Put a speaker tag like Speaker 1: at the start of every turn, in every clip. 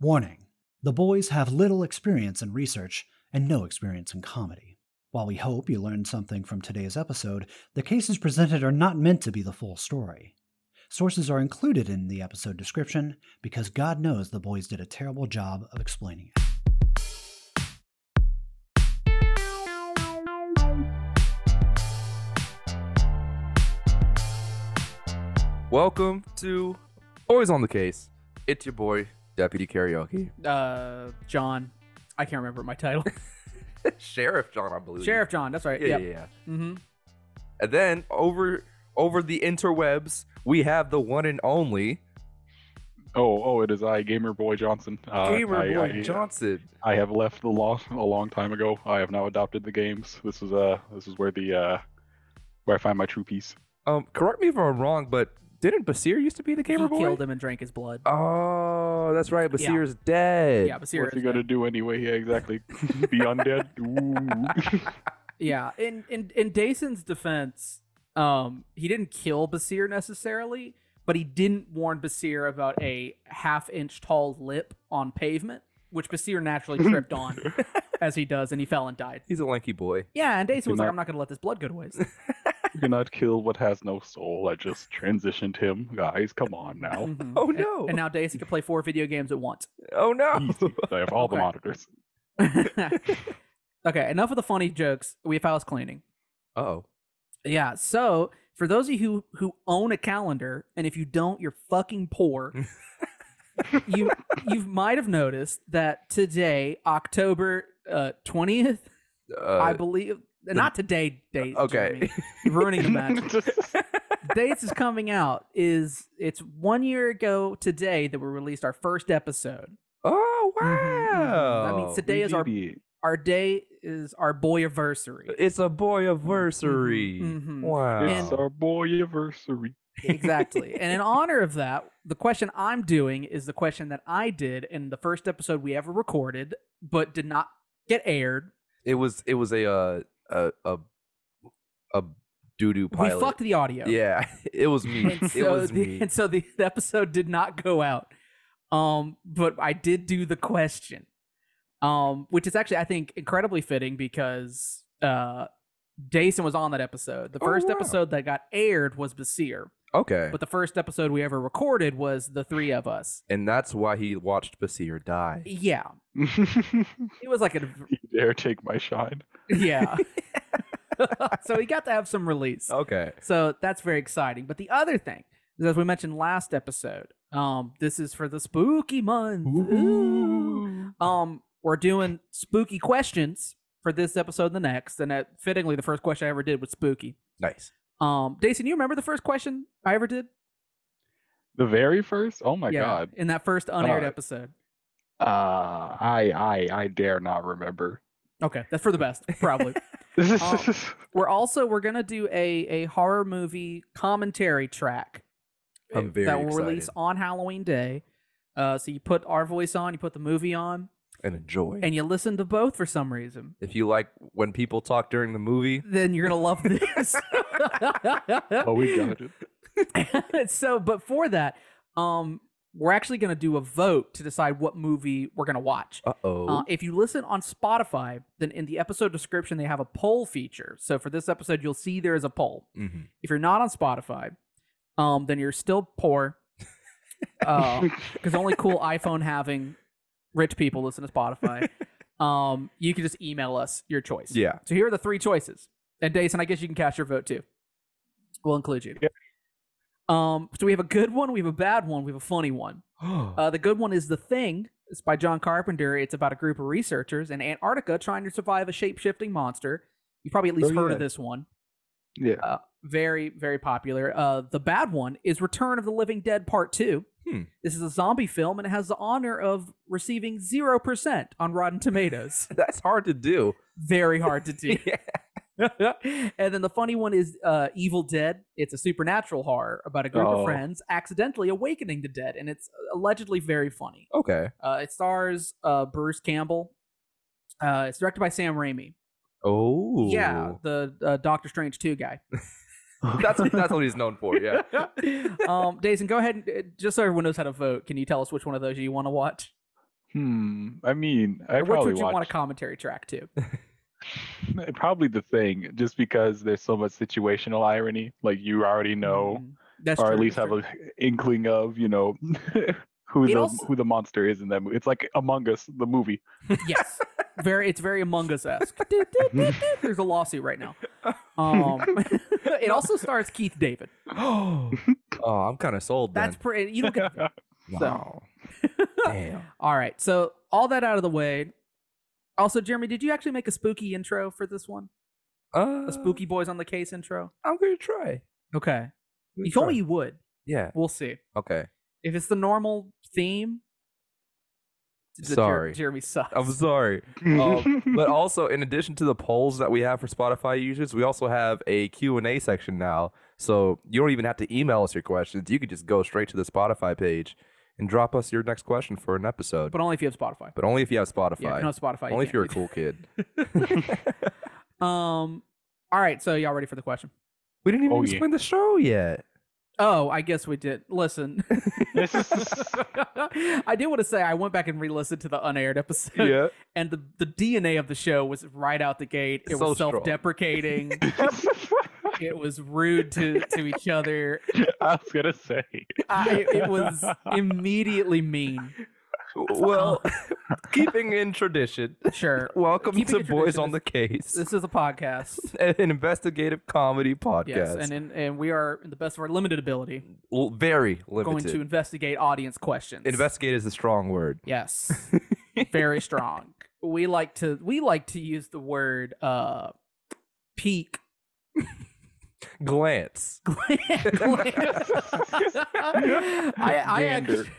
Speaker 1: Warning The boys have little experience in research and no experience in comedy. While we hope you learned something from today's episode, the cases presented are not meant to be the full story. Sources are included in the episode description because God knows the boys did a terrible job of explaining it.
Speaker 2: Welcome to Always on the Case. It's your boy, Deputy Karaoke.
Speaker 3: uh John. I can't remember my title.
Speaker 2: Sheriff John, I believe.
Speaker 3: Sheriff John, that's right.
Speaker 2: Yeah,
Speaker 3: yep.
Speaker 2: yeah, yeah.
Speaker 3: Mm-hmm.
Speaker 2: And then over over the interwebs, we have the one and only
Speaker 4: Oh, oh, it is I, Gamer Boy Johnson. Uh,
Speaker 2: Gamer
Speaker 4: I,
Speaker 2: Boy
Speaker 4: I,
Speaker 2: Johnson.
Speaker 4: I have left the law a long time ago. I have now adopted the games. This is uh, this is where the uh, where I find my true peace.
Speaker 2: Um, correct me if I'm wrong, but didn't Basir used to be the Gamer
Speaker 3: He
Speaker 2: Boy?
Speaker 3: killed him and drank his blood.
Speaker 2: Oh, that's right.
Speaker 3: Yeah.
Speaker 2: Basir's dead.
Speaker 3: yeah, but
Speaker 4: What's he
Speaker 3: seriously.
Speaker 4: gonna do anyway? Yeah, exactly. Be undead. Ooh.
Speaker 3: Yeah. In in in Dason's defense, um, he didn't kill Basir necessarily, but he didn't warn Basir about a half inch tall lip on pavement, which Basir naturally tripped on as he does, and he fell and died.
Speaker 2: He's a lanky boy.
Speaker 3: Yeah, and Dason
Speaker 4: You're
Speaker 3: was like,
Speaker 4: not-
Speaker 3: I'm not gonna let this blood go to waste.
Speaker 4: you cannot kill what has no soul. I just transitioned him, guys. Come on now.
Speaker 3: Mhm.
Speaker 2: Oh,
Speaker 3: And-
Speaker 2: no.
Speaker 3: And, now Dason can play four video games at once.
Speaker 2: Oh no.
Speaker 4: Easy. I have all the
Speaker 3: Okay.
Speaker 4: monitors.
Speaker 3: okay, enough of the funny jokes. We have house cleaning.
Speaker 2: Oh.
Speaker 3: Yeah. So for those of you who, who own a calendar, and if you don't, you're fucking poor. you you might have noticed that today, October twentieth, I
Speaker 2: Uh,
Speaker 3: believe. Not today date.
Speaker 2: okay.
Speaker 3: Jeremy. You're ruining the match.
Speaker 4: Just-
Speaker 3: Dates is coming out is it's one year ago today that we released our first episode.
Speaker 2: oh
Speaker 3: Mhm, mhm.
Speaker 2: wow.
Speaker 3: I mean, today is our
Speaker 4: BB.
Speaker 3: our day is our boy anniversary.
Speaker 2: It's a boy
Speaker 3: Mm-hmm,
Speaker 2: anniversary.
Speaker 3: Mhm.
Speaker 2: Wow.
Speaker 4: It's our boy anniversary.
Speaker 3: exactly. And in honor of that, the question I'm doing is the question that I did in the first episode we ever recorded, but did not get aired.
Speaker 2: It was it was a uh, a a a doo doo pilot.
Speaker 3: We fucked the audio.
Speaker 2: Yeah, it was me.
Speaker 3: And
Speaker 2: it
Speaker 3: so,
Speaker 2: was
Speaker 3: the,
Speaker 2: me.
Speaker 3: and so the episode did not go out. Um, but I did do the question. Um, which is actually I think incredibly fitting because uh Jason was on that episode. The
Speaker 2: Oh,
Speaker 3: first
Speaker 2: wow.
Speaker 3: episode that got aired was Basir,
Speaker 2: Okay,
Speaker 3: but the first episode we ever recorded was the three of us.
Speaker 2: and that's why he watched Basir die.
Speaker 3: Yeah,
Speaker 4: you
Speaker 3: it was like a
Speaker 4: dare take my shine.
Speaker 3: Yeah. so he got to have some release.
Speaker 2: Okay.
Speaker 3: So that's very exciting. But the other thing is, as we mentioned last episode, um, this is for the spooky month. Ooh. Um, we're doing spooky questions for this episode and the next. And uh fittingly, the first question I ever did was spooky.
Speaker 2: Nice.
Speaker 3: Um, Jason, you remember the first question I ever did?
Speaker 4: The very first? Oh my
Speaker 3: yeah,
Speaker 4: god.
Speaker 3: In that first unaired
Speaker 4: Uh,
Speaker 3: episode.
Speaker 4: Uh I I I dare not remember.
Speaker 3: Okay, that's for the best, probably. Oh. we're also we're gonna do a a horror movie commentary track
Speaker 2: I'm
Speaker 3: uh,
Speaker 2: very
Speaker 3: that will release
Speaker 2: excited.
Speaker 3: on Halloween Day. Uh, so you put our voice on, you put the movie on,
Speaker 2: And enjoy.
Speaker 3: and you listen to both for some reason.
Speaker 2: if you like when people talk during the movie,
Speaker 3: Then you're gonna love this.
Speaker 4: oh, we got it.
Speaker 3: so, but for that, um, we're actually gonna do a vote to decide what movie we're gonna watch.
Speaker 2: uh oh,
Speaker 3: Uh, if you listen on Spotify, then in the episode description they have a poll feature. So for this episode, you'll see there is a poll.
Speaker 2: Mm-hmm.
Speaker 3: if you're not on Spotify, um, then you're still poor. Uh, Because only cool iPhone having rich people listen to Spotify. Um, you can just email us your choice.
Speaker 2: yeah.
Speaker 3: So here are the three choices. And Dason, I guess you can cast your vote too. We'll include you.
Speaker 4: Yeah.
Speaker 3: Um, so we have a good one, we have a bad one, we have a funny one. Uh, the good one is The Thing. It's by John Carpenter. It's about a group of researchers in Antarctica trying to survive a shape shifting monster. You probably at least
Speaker 4: Oh,
Speaker 3: heard
Speaker 4: yeah.
Speaker 3: of this one
Speaker 4: Yeah.
Speaker 3: very very popular uh the bad one is return of the living dead part two
Speaker 2: Hmm.
Speaker 3: this is a zombie film and it has the honor of receiving 0% on rotten tomatoes
Speaker 2: that's hard to do.
Speaker 3: very hard to do
Speaker 2: Yeah.
Speaker 3: and then the funny one is uh evil dead it's a supernatural horror about a group
Speaker 4: Oh.
Speaker 3: of friends accidentally awakening the dead and it's allegedly very funny
Speaker 2: Okay.
Speaker 3: uh it stars uh bruce campbell uh it's directed by sam raimi
Speaker 2: Oh,
Speaker 3: yeah the uh, doctor strange 2 guy
Speaker 2: That's that's what he's known for. Yeah.
Speaker 3: um, Dazen, go ahead and uh, just so everyone knows how to vote. Can you tell us which one of those you want to watch?
Speaker 4: Hmm. I mean, I
Speaker 3: Or which
Speaker 4: probably
Speaker 3: would you
Speaker 4: watch,
Speaker 3: want a commentary track to?
Speaker 4: probably the thing, just because there's so much situational irony. Like you already know,
Speaker 3: Mm, That's
Speaker 4: or
Speaker 3: true,
Speaker 4: at least
Speaker 3: that's
Speaker 4: have
Speaker 3: true.
Speaker 4: an inkling of, you know, who
Speaker 3: It
Speaker 4: the
Speaker 3: also-
Speaker 4: who the monster is in that movie. It's like Among Us, the movie.
Speaker 3: yes. Very. It's very Among Us esque. There's a lawsuit right now. Um, it also stars Keith David.
Speaker 2: oh, I'm kind of sold. Then.
Speaker 3: That's pretty. You don't get.
Speaker 2: wow. Damn.
Speaker 3: All right. So all that out of the way. Also, Jeremy, did you actually make a spooky intro for this one?
Speaker 2: Uh,
Speaker 3: A spooky boys on the case intro.
Speaker 2: I'm gonna try.
Speaker 3: Okay.
Speaker 2: I'm
Speaker 3: You
Speaker 2: gonna
Speaker 3: told me
Speaker 2: try.
Speaker 3: you would.
Speaker 2: Yeah.
Speaker 3: We'll see.
Speaker 2: Okay.
Speaker 3: If it's the normal theme. the Jer-
Speaker 2: Sorry.
Speaker 3: Jeremy sucks.
Speaker 2: I'm sorry.
Speaker 3: Oh,
Speaker 2: Um, but also, in addition to the polls that we have for Spotify users, we also have a Q&A section now. So you don't even have to email us your questions. You could just go straight to the Spotify page and drop us your next question for an episode. But,
Speaker 3: But only if you have Spotify.
Speaker 2: only if you have Spotify.
Speaker 3: Yeah, if you don't have Spotify. you
Speaker 2: only if
Speaker 3: can't
Speaker 2: you're a
Speaker 3: do
Speaker 2: cool kid.
Speaker 3: that. Oh, Um. All right. So y'all ready for the question?
Speaker 2: We didn't even
Speaker 4: Oh, yeah.
Speaker 2: explain the show yet.
Speaker 3: Oh, I guess we did. Listen. I do want to say I went back and re-listened to the unaired episode, and the, the DNA of the show was right out the gate. It
Speaker 2: So
Speaker 3: was
Speaker 2: strong.
Speaker 3: self-deprecating. it was rude to, to each other.
Speaker 4: I was gonna say.
Speaker 3: I, it, it was immediately mean.
Speaker 2: Well, keeping in tradition,
Speaker 3: Sure,
Speaker 2: welcome
Speaker 3: Keeping
Speaker 2: to
Speaker 3: in
Speaker 2: Boys
Speaker 3: tradition
Speaker 2: on the Case,
Speaker 3: this is a podcast.
Speaker 2: an investigative comedy podcast.
Speaker 3: Yes, and in, and we are in the best of our limited ability
Speaker 2: L- very
Speaker 3: going
Speaker 2: limited.
Speaker 3: to investigate audience questions.
Speaker 2: Investigate is a strong word.
Speaker 3: Yes. Very strong. We like to we like to use the word uh peak
Speaker 2: Glance.
Speaker 3: I, I,
Speaker 4: Gander.
Speaker 3: actually,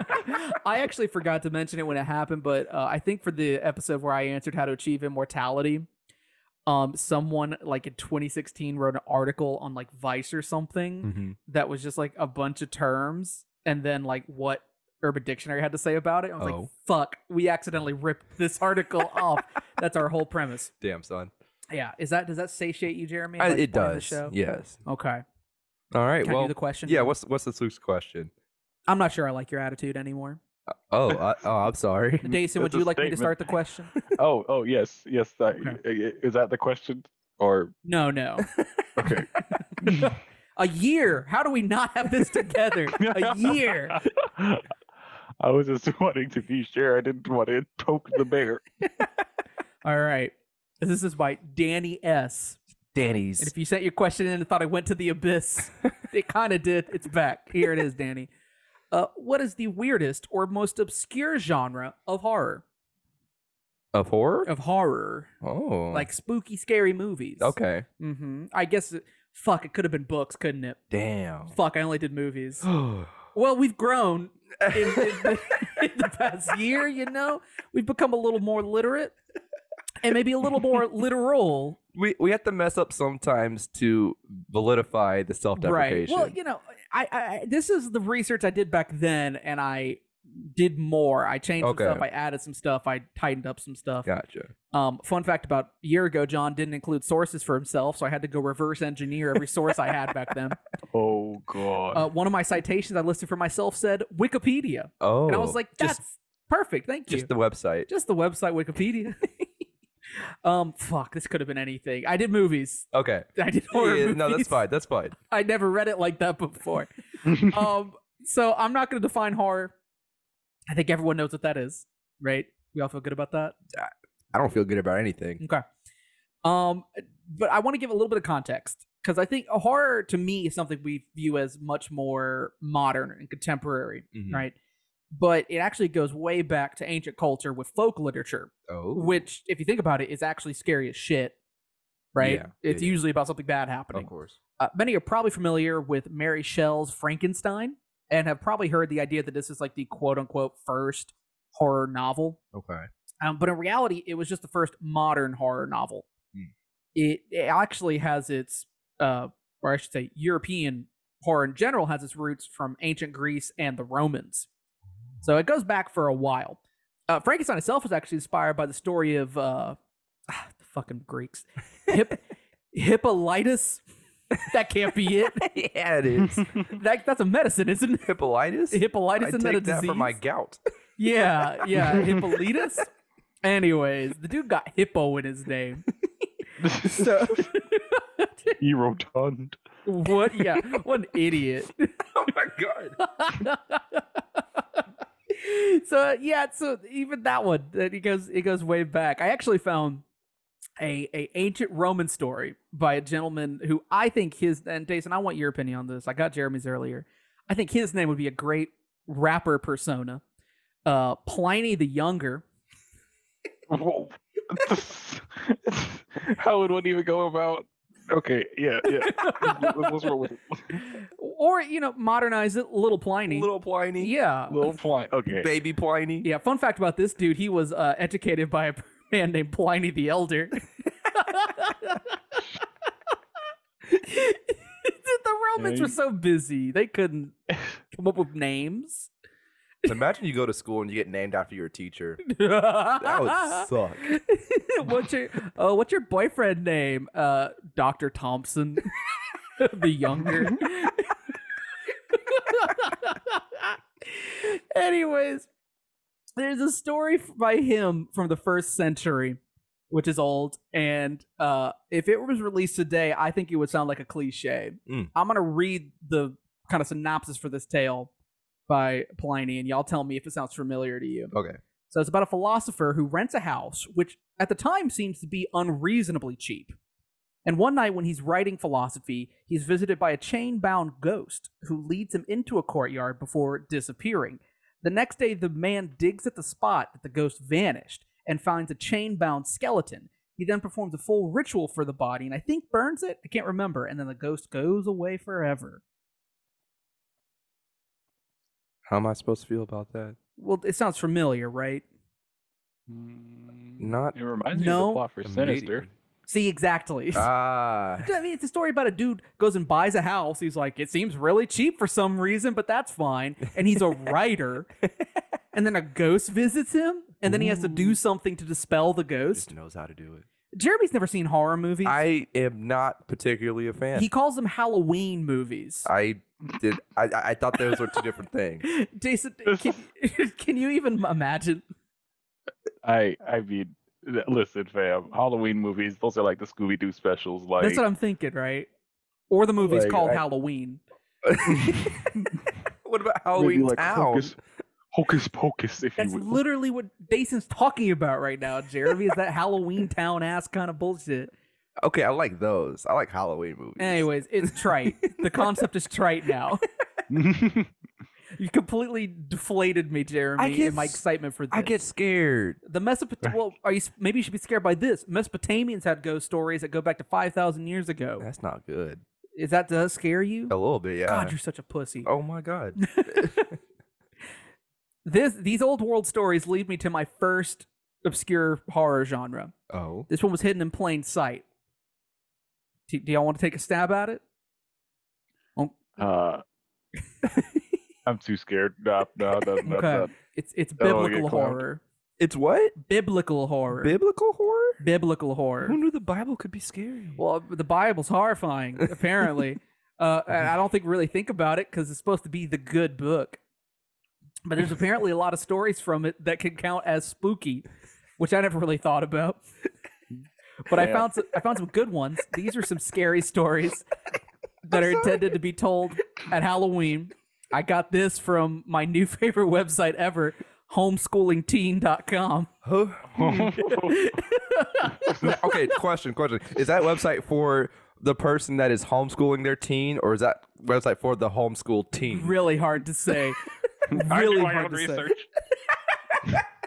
Speaker 3: I actually forgot to mention it when it happened, but uh, I think for the episode where I answered how to achieve immortality, um, someone like in 2016 wrote an article on like Vice or something
Speaker 2: Mm-hmm.
Speaker 3: that was just like a bunch of terms and then like what Urban Dictionary had to say about it. I was like,
Speaker 2: Oh.
Speaker 3: fuck, we accidentally ripped this article off. That's our whole premise.
Speaker 2: Damn son.
Speaker 3: Yeah. Is that does that satiate you, Jeremy?
Speaker 2: I-
Speaker 3: like,
Speaker 2: it
Speaker 3: part of The
Speaker 2: does.
Speaker 3: show?
Speaker 2: Yes.
Speaker 3: Okay.
Speaker 2: All right.
Speaker 3: Can I
Speaker 2: well.
Speaker 3: do the question?
Speaker 2: yeah. What's what's this Luke's question?
Speaker 3: I'm not sure I like your attitude anymore.
Speaker 2: Oh, I, oh, I'm sorry.
Speaker 3: Dason, would
Speaker 4: That's a
Speaker 3: you like me to
Speaker 4: statement.
Speaker 3: start the question?
Speaker 4: Oh, oh yes, yes. That, i- i- Is that the question? Or
Speaker 3: No, no.
Speaker 4: okay.
Speaker 3: A year. How do we not have this together? A year.
Speaker 4: I was just wanting to be sure. I didn't want to poke the bear.
Speaker 3: All right. This is by Danny S.
Speaker 2: Danny's.
Speaker 3: And if you sent your question in and thought I went to the abyss, it kind of did. It's back. Here it is, Danny. Uh, what is the weirdest or most obscure genre of horror?
Speaker 2: of horror.
Speaker 3: Of horror,
Speaker 2: oh.
Speaker 3: like spooky, scary movies.
Speaker 2: Okay.
Speaker 3: hmm I guess. It, fuck, it could have been books, couldn't it?
Speaker 2: Damn.
Speaker 3: Fuck, I only did movies.
Speaker 2: oh.
Speaker 3: Well, we've grown in, in, the, in the past year. You know, we've become a little more literate, and maybe a little more literal.
Speaker 2: We we have to mess up sometimes to validify the
Speaker 3: right
Speaker 2: self-deprecation.
Speaker 3: well you know I, I I- this is the research i did back then and i did more i changed
Speaker 2: Okay.
Speaker 3: some stuff i added some stuff i tightened up some stuff
Speaker 2: Gotcha.
Speaker 3: um fun fact about a year ago john didn't include sources for himself so i had to go reverse engineer every source i had back then
Speaker 4: Oh god.
Speaker 3: uh, one of my citations i listed for myself said wikipedia
Speaker 2: Oh.
Speaker 3: and i was like that's
Speaker 2: just
Speaker 3: perfect thank you
Speaker 2: just the website.
Speaker 3: just the website wikipedia um fuck this could have been anything i did movies
Speaker 2: Okay.
Speaker 3: i did horror
Speaker 2: Yeah, no, that's
Speaker 3: movies.
Speaker 2: fine. That's fine.
Speaker 3: I never read it like that before. um, so I'm not going to define horror. I think everyone knows what that is, right? We all feel good about that.
Speaker 2: I don't feel good about anything.
Speaker 3: Okay. Um, but I want to give a little bit of context because I think horror to me is something we view as much more modern and contemporary,
Speaker 2: Mhm.
Speaker 3: Mm-hmm. right? But it actually goes way back to ancient culture with folk literature,
Speaker 2: Oh.
Speaker 3: which, if you think about it, is actually scary as shit, right?
Speaker 2: Yeah, yeah,
Speaker 3: It's
Speaker 2: yeah.
Speaker 3: usually about something bad
Speaker 2: of
Speaker 3: happening.
Speaker 2: course.
Speaker 3: Uh, many are probably familiar with Mary Shelley's Frankenstein and have probably heard the idea that this is like the quote unquote first horror novel.
Speaker 2: Okay.
Speaker 3: Um, but in reality, it was just the first modern horror novel.
Speaker 2: Hmm.
Speaker 3: It, it actually has its, uh, or I should say, European horror in general has its roots from ancient Greece and the Romans. So it goes back for a while. Uh, Frankenstein itself was actually inspired by the story of uh, the fucking Greeks, Hip, Hippolytus. That can't be it.
Speaker 2: yeah, it is.
Speaker 3: That, that's a medicine, isn't it?
Speaker 2: Hippolytus?
Speaker 3: Hippolytus
Speaker 2: I
Speaker 3: isn't
Speaker 2: take
Speaker 3: that a
Speaker 2: that
Speaker 3: disease?
Speaker 2: for my gout.
Speaker 3: Yeah, yeah, Hippolytus. Anyways, the dude got hippo in his name. So
Speaker 4: Erotund.
Speaker 3: what? Yeah, what an idiot.
Speaker 2: oh my god.
Speaker 3: so uh, yeah, so even that one, that it goes it goes way back. I actually found a a ancient Roman story by a gentleman who I think his and Jason, I want your opinion on this. I got Jeremy's earlier. I think his name would be a great rapper persona. Uh, Pliny the Younger.
Speaker 4: Whoa. How would one even go about? Okay, yeah, yeah. Let's- let's roll with it.
Speaker 3: or you know, modernize it, little Pliny.
Speaker 2: Little Pliny.
Speaker 3: yeah,
Speaker 4: Little fly. Okay.
Speaker 2: Baby Pliny.
Speaker 3: yeah. Fun fact about this dude: he was uh, educated by a man named Pliny the Elder. the Romans were
Speaker 4: Hey.
Speaker 3: so busy they couldn't come up with names.
Speaker 2: Imagine you go to school and you get named after your teacher. That would
Speaker 3: that
Speaker 2: suck.
Speaker 3: what's your oh, what's your boyfriend name? Uh, Doctor Thompson, the younger. Anyways, there's a story f- by him from the first century, which is old, and uh, if it was released today, I think it would sound like a cliche.
Speaker 2: Mm.
Speaker 3: I'm gonna read the kind of synopsis for this tale by Pliny, and y'all tell me if it sounds familiar to you.
Speaker 2: Okay.
Speaker 3: So it's about a philosopher who rents a house, which at the time seems to be unreasonably cheap. And one night when he's writing philosophy, he's visited by a chain bound ghost who leads him into a courtyard before disappearing. The next day, the man digs at the spot that the ghost vanished and finds a chain bound skeleton. He then performs a full ritual for the body and I think burns it. I can't remember. And then the ghost goes away forever.
Speaker 2: How am I supposed to feel about that?
Speaker 3: Well, it sounds familiar, right?
Speaker 4: Mm,
Speaker 2: Not
Speaker 4: It reminds me of
Speaker 3: No.
Speaker 4: the plot for Sinister.
Speaker 3: See, exactly.
Speaker 2: Ah.
Speaker 3: I mean, it's a story about a dude goes and buys a house. He's like, it seems really cheap for some reason, but that's fine. And he's a writer. and then a ghost visits him, and then he has to do
Speaker 2: Ooh.
Speaker 3: something to dispel the
Speaker 2: Just
Speaker 3: ghost.
Speaker 2: knows how to do it.
Speaker 3: Jeremy's never seen horror movies.
Speaker 2: I am not particularly a fan.
Speaker 3: he calls them Halloween movies.
Speaker 2: I did. I, I I thought those were two different things.
Speaker 3: Jason, can, can you even imagine?
Speaker 4: I I mean, th- listen, fam. Halloween movies. Those are like the Scooby Doo specials. Like
Speaker 3: That's what I'm thinking, right? Or the movie's
Speaker 2: Like,
Speaker 3: called
Speaker 2: I-
Speaker 3: Halloween.
Speaker 2: what about
Speaker 4: maybe
Speaker 2: Halloween
Speaker 4: like
Speaker 2: Town?
Speaker 4: Hocus, Hocus Pocus, if
Speaker 3: That's
Speaker 4: you will.
Speaker 3: literally what Jason's talking about right now, Jeremy, is that Halloween town ass kind of bullshit.
Speaker 2: Okay, I like those. I like Halloween movies.
Speaker 3: Anyways, it's trite. the concept is trite now. You completely deflated me, Jeremy,
Speaker 2: I get
Speaker 3: in my
Speaker 2: s-
Speaker 3: excitement for this.
Speaker 2: I get scared.
Speaker 3: the Mesopotamian. Well, are you? s- Maybe you should be scared by this. Mesopotamians had ghost stories that go back to five thousand years ago.
Speaker 2: That's not good.
Speaker 3: Is that does scare you?
Speaker 2: A little bit, Oh, yeah.
Speaker 3: God, you're such a pussy.
Speaker 2: oh my god.
Speaker 3: This these old world stories lead me to my first obscure horror genre.
Speaker 2: Oh.
Speaker 3: This one was hidden in plain sight. Do, do y'all want to take a stab at it?
Speaker 4: uh, I'm too scared. No, no, no, no,
Speaker 3: Okay.
Speaker 4: no.
Speaker 3: It's it's
Speaker 2: Oh,
Speaker 4: I don't wanna
Speaker 3: biblical
Speaker 4: get clowned.
Speaker 3: horror.
Speaker 2: It's what?
Speaker 3: Biblical horror.
Speaker 2: Biblical horror?
Speaker 3: biblical horror.
Speaker 2: Who knew the Bible could be scary?
Speaker 3: Well, the Bible's horrifying, apparently. uh, and I don't think really think about it because it's supposed to be the good book. But there's apparently a lot of stories from it that can count as spooky, which I never really thought about. But I
Speaker 4: Yeah.
Speaker 3: found some, I found some good ones. These are some scary stories
Speaker 2: I'm
Speaker 3: that are
Speaker 2: sorry.
Speaker 3: intended to be told at Halloween. I got this from my new favorite website ever, homeschoolingteen.com.
Speaker 2: Huh? okay, question, question. Is that website for the person that is homeschooling their teen, or is that website for the homeschool teen?
Speaker 3: Really hard to say.
Speaker 4: I do
Speaker 3: really
Speaker 4: my
Speaker 3: hard
Speaker 4: own
Speaker 3: to say.
Speaker 4: research.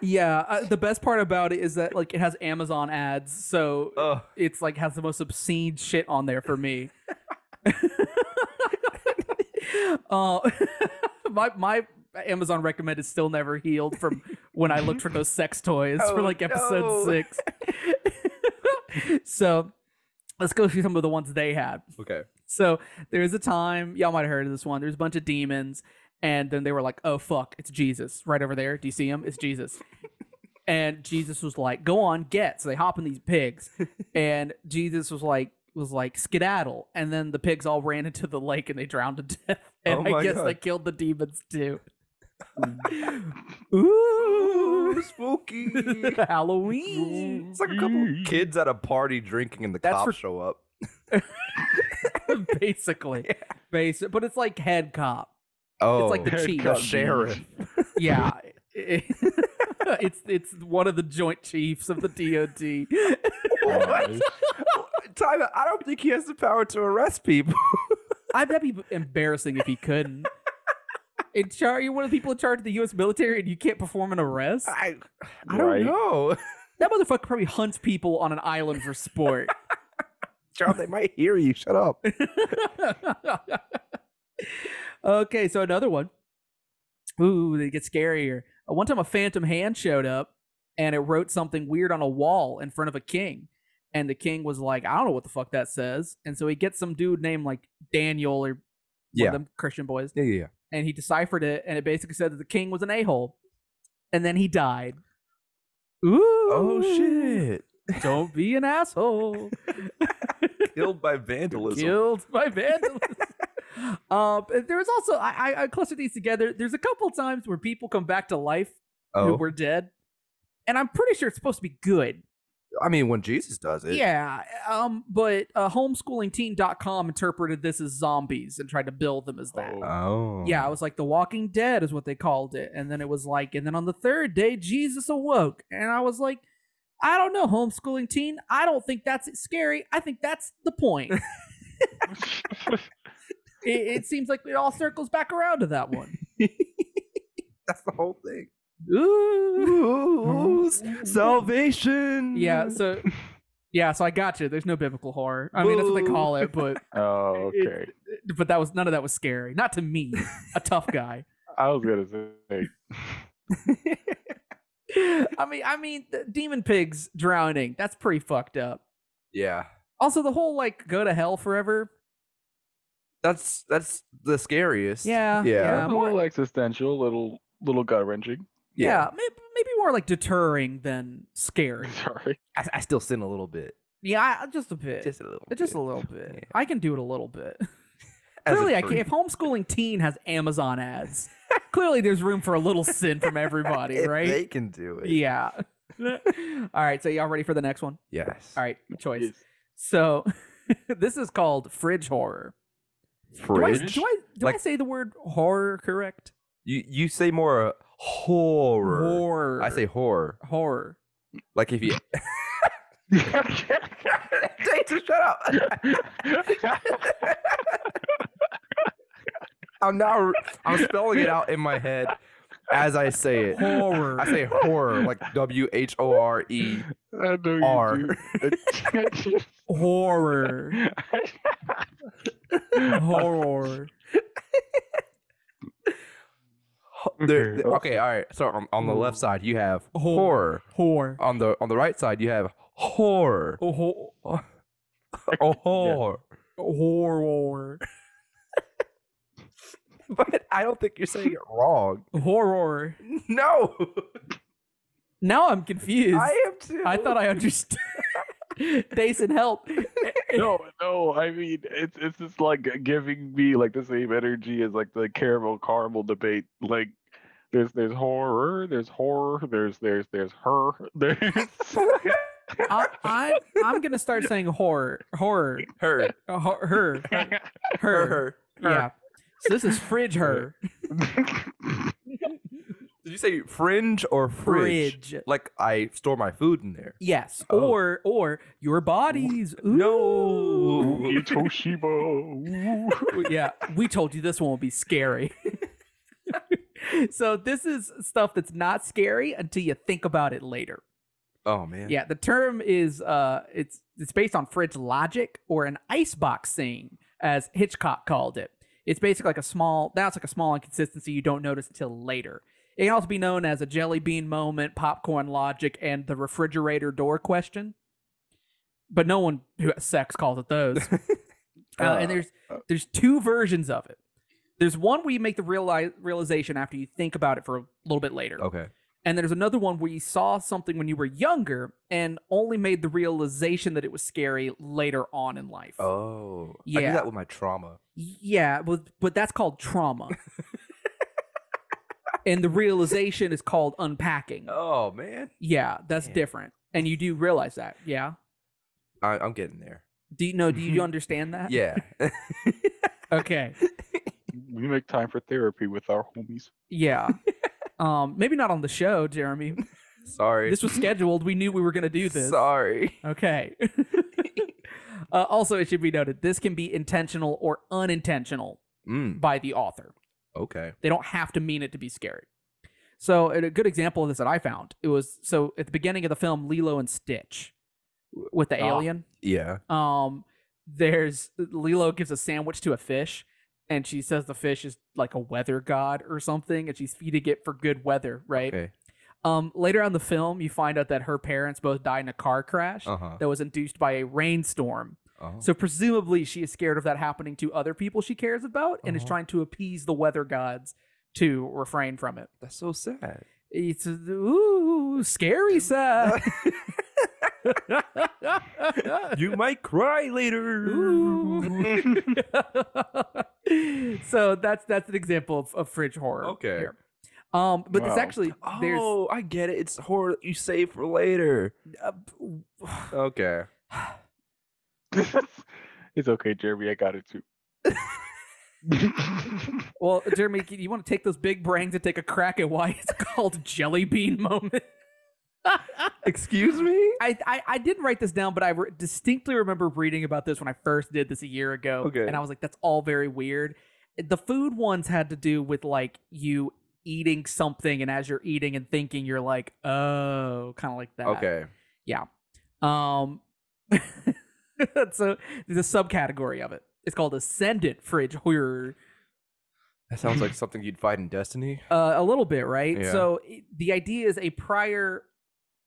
Speaker 3: Yeah, uh, the best part about it is that like it has Amazon ads, so
Speaker 2: Ugh.
Speaker 3: it's like has the most obscene shit on there for me. uh, my my Amazon recommended still never healed from when I looked for those sex toys for
Speaker 2: Oh,
Speaker 3: like episode
Speaker 2: no.
Speaker 3: six. so let's go through some of the ones they had.
Speaker 2: Okay.
Speaker 3: So there was a time y'all might have heard of this one. There's a bunch of demons, and then they were like, "Oh fuck, it's Jesus right over there. Do you see him? It's Jesus." and Jesus was like, "Go on, get." So they hop in these pigs, and Jesus was like, "Was like skedaddle," and then the pigs all ran into the lake and they drowned to death. And
Speaker 2: Oh my
Speaker 3: I guess
Speaker 2: God.
Speaker 3: they killed the demons too. Ooh,
Speaker 2: spooky.
Speaker 3: Halloween.
Speaker 2: It's like a couple kids at a party drinking and the
Speaker 3: That's
Speaker 2: cops
Speaker 3: for-
Speaker 2: show up.
Speaker 3: basically. Basic, but it's like head cop.
Speaker 2: Oh,
Speaker 3: like the chief.
Speaker 2: the sheriff.
Speaker 3: Yeah. it's it's one of the joint chiefs of the DOD.
Speaker 2: What? Time out. I don't think he has the power to arrest people.
Speaker 3: I that'd be embarrassing if he couldn't. In charge, you're one of the people in charge of the U.S. military, and you can't perform an arrest.
Speaker 2: I, I don't
Speaker 4: Right.
Speaker 2: know.
Speaker 3: That motherfucker probably hunts people on an island for sport.
Speaker 2: Charles, they might hear you. Shut up.
Speaker 3: okay, so another one. Ooh, they get scarier. Uh, One time a phantom hand showed up and it wrote something weird on a wall in front of a king. And the king was like, I don't know what the fuck that says. And so he gets some dude named like Daniel or one
Speaker 2: Yeah.
Speaker 3: of them Christian boys.
Speaker 2: Yeah, yeah, yeah.
Speaker 3: And he deciphered it and it basically said that the king was an a hole. And then he died. Ooh.
Speaker 2: Oh shit!
Speaker 3: Don't be an asshole.
Speaker 2: Killed by vandalism.
Speaker 3: Killed by vandalism. um, there was also I, I I clustered these together. There's a couple times where people come back to life who
Speaker 2: oh,
Speaker 3: were dead, and I'm pretty sure it's supposed to be good.
Speaker 2: I mean, when Jesus does it.
Speaker 3: yeah. Um, but uh, homeschoolingteen.com interpreted this as zombies and tried to build them as that.
Speaker 4: Oh.
Speaker 2: Oh.
Speaker 3: Yeah, it was like The Walking Dead is what they called it, and then it was like, and then on the third day Jesus awoke, and I was like. I don't know, homeschooling teen. I don't think that's scary. I think that's the point. it, it seems like it all circles back around to that one.
Speaker 2: That's the whole thing.
Speaker 3: Ooh.
Speaker 2: salvation.
Speaker 3: Yeah, so yeah, so I got you. There's no biblical horror. I mean, that's what they
Speaker 2: Boo.
Speaker 3: call it, but
Speaker 4: oh,
Speaker 3: it-
Speaker 4: okay.
Speaker 3: but that was none of that was scary. Not to me, a tough guy.
Speaker 4: I was gonna say.
Speaker 3: I mean, I mean, the demon pigs drowning. That's pretty fucked up.
Speaker 2: Yeah.
Speaker 3: Also, the whole like go to hell forever.
Speaker 2: That's that's the scariest.
Speaker 3: Yeah,
Speaker 2: Yeah.
Speaker 3: yeah.
Speaker 4: A little existential, little little gut wrenching.
Speaker 3: Yeah, maybe, maybe more like deterring than scary.
Speaker 4: Sorry.
Speaker 2: I, I still sin a little bit.
Speaker 3: Yeah, I, just a bit. Just,
Speaker 2: Just a little.
Speaker 3: just
Speaker 2: bit.
Speaker 3: a little bit.
Speaker 2: Yeah.
Speaker 3: I can do it a little bit.
Speaker 2: As a
Speaker 3: clearly, I can,
Speaker 2: freak.
Speaker 3: if homeschooling teen has Amazon ads, clearly there's room for a little sin from everybody,
Speaker 2: If
Speaker 3: right?
Speaker 2: They can do it.
Speaker 3: Yeah. All right. So y'all ready for the next one?
Speaker 2: Yes.
Speaker 3: All right, choice.
Speaker 4: Yes.
Speaker 3: So this is called fridge horror. Do I, do
Speaker 2: Fridge.
Speaker 3: I, do I
Speaker 2: Like-
Speaker 3: say the word horror correct?
Speaker 2: You you say more uh, horror.
Speaker 3: Horror.
Speaker 2: I say horror.
Speaker 3: horror.
Speaker 2: Like if you. Jason, shut up. I'm now I'm spelling it out in my head as I say it.
Speaker 3: Horror.
Speaker 2: I say horror like W H O R E
Speaker 4: I know you
Speaker 2: R.
Speaker 4: do. It-
Speaker 3: horror. horror.
Speaker 2: There- there- Okay, all right. So on, on the left side you have horror.
Speaker 3: Horror.
Speaker 2: On the on the right side you have horror.
Speaker 3: Oh, ho-
Speaker 2: Oh, horror.
Speaker 3: horror.
Speaker 2: But I don't think you're saying it wrong.
Speaker 3: Horror.
Speaker 2: No,
Speaker 3: Now I'm confused.
Speaker 2: I am too.
Speaker 3: I thought I understood. Jason, help.
Speaker 4: no, no. I mean, it's it's just like giving me like the same energy as like the caramel caramel debate. Like, there's there's horror, there's horror, there's there's there's her, there's.
Speaker 3: I, I, I'm going to start saying horror. Horror.
Speaker 2: her
Speaker 3: Uh, Her. Her. Her.
Speaker 2: her her.
Speaker 3: Yeah. So this is fridge her.
Speaker 2: Did you say fringe or fridge? Like I store my food in there.
Speaker 3: Yes.
Speaker 2: Oh.
Speaker 3: Or or your bodies.
Speaker 2: No.
Speaker 3: Ooh.
Speaker 4: Ooh, Toshiba. ooh.
Speaker 3: yeah. We told you this one would be scary. so this is stuff that's not scary until you think about it later.
Speaker 2: Oh man.
Speaker 3: Yeah, the term is uh it's it's based on fridge logic or an icebox scene, as Hitchcock called it. It's basically like a small that's like a small inconsistency you don't notice until later. It can also be known as a jelly bean moment, popcorn logic, and the refrigerator door question. But no one who has sex calls it those. Uh,
Speaker 2: Uh,
Speaker 3: and there's
Speaker 2: uh.
Speaker 3: there's two versions of it. There's one where you make the reali- realization after you think about it for a little bit later.
Speaker 2: Okay.
Speaker 3: And there's another one where you saw something when you were younger and only made the realization that it was scary later on in life.
Speaker 2: Oh. I
Speaker 3: Yeah.
Speaker 2: do that with my trauma.
Speaker 3: Yeah, but but that's called trauma. and the realization is called unpacking.
Speaker 2: Oh man,
Speaker 3: Yeah, that's
Speaker 2: Man.
Speaker 3: different. And you do realize that. Yeah.
Speaker 2: I, I'm getting there.
Speaker 3: Do you know? Do you understand that?
Speaker 2: Mm-hmm. Yeah.
Speaker 3: Okay.
Speaker 4: We make time for therapy with our homies.
Speaker 3: Yeah. um, maybe not on the show, Jeremy.
Speaker 2: Sorry.
Speaker 3: This was scheduled. We knew we were going to do this.
Speaker 2: Sorry.
Speaker 3: Okay. uh, also, it should be noted this can be intentional or unintentional
Speaker 2: Mm,
Speaker 3: by the author.
Speaker 2: okay.
Speaker 3: They don't have to mean it to be scary. So, and a good example of this that I found it was so at the beginning of the film Lilo and Stitch w- with the
Speaker 4: Ah.
Speaker 3: alien.
Speaker 2: Yeah.
Speaker 3: Um, there's Lilo gives a sandwich to a fish, and she says the fish is like a weather god or something, and she's feeding it for good weather, right?
Speaker 2: Okay.
Speaker 3: Um, later on in the film, you find out that her parents both died in a car crash
Speaker 2: Uh huh.
Speaker 3: that was induced by a rainstorm.
Speaker 2: Oh. Uh-huh.
Speaker 3: So presumably, she is scared of that happening to other people she cares about, and is
Speaker 2: Uh-huh.
Speaker 3: trying to appease the weather gods to refrain from it.
Speaker 2: that's so sad.
Speaker 3: It's ooh scary side.
Speaker 2: you might cry later.
Speaker 3: Ooh. so that's that's an example of, of fridge horror.
Speaker 2: Okay.
Speaker 3: here. Um, but this
Speaker 4: Wow.
Speaker 3: actually there's
Speaker 2: Oh, I get it. It's horror that you save for later.
Speaker 3: uh, b-
Speaker 2: Okay.
Speaker 4: it's okay, Jeremy. I got it too.
Speaker 3: well, Jeremy, you want to take those big brains and take a crack at why it's called jelly bean moment.
Speaker 2: Excuse me.
Speaker 3: I, I, I didn't write this down, but I re- distinctly remember reading about this when I first did this a year ago.
Speaker 2: Okay.
Speaker 3: And I was like, that's all very weird. The food ones had to do with like you eating something, and as you're eating and thinking, you're like, oh, kind of like that.
Speaker 2: Okay.
Speaker 3: Um, so there's a subcategory of it. It's called Ascendant Fridge Horror.
Speaker 2: That sounds like something you'd find in Destiny.
Speaker 3: Uh, a little bit, right?
Speaker 2: Yeah.
Speaker 3: So i- the idea is a prior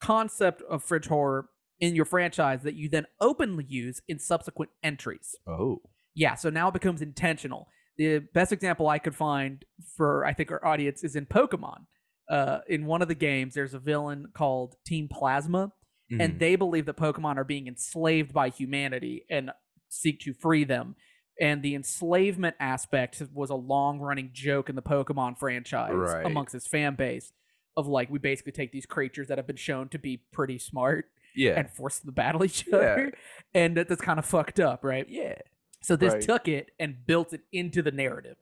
Speaker 3: concept of fridge horror in your franchise that you then openly use in subsequent entries.
Speaker 2: Oh.
Speaker 3: Yeah, so now it becomes intentional. The best example I could find for I think our audience is in Pokemon. Uh, in one of the games, there's a villain called Team Plasma,
Speaker 2: Mm-hmm. Mm.
Speaker 3: and they believe that Pokemon are being enslaved by humanity and seek to free them. And the enslavement aspect was a long running joke in the Pokemon franchise
Speaker 2: Right.
Speaker 3: amongst its fan base of like, we basically take these creatures that have been shown to be pretty smart
Speaker 2: yeah.
Speaker 3: and force them to battle each
Speaker 2: Yeah.
Speaker 3: other. And that, that's kind of fucked up, right?
Speaker 2: yeah.
Speaker 3: So this
Speaker 4: Right.
Speaker 3: took it and built it into the narrative.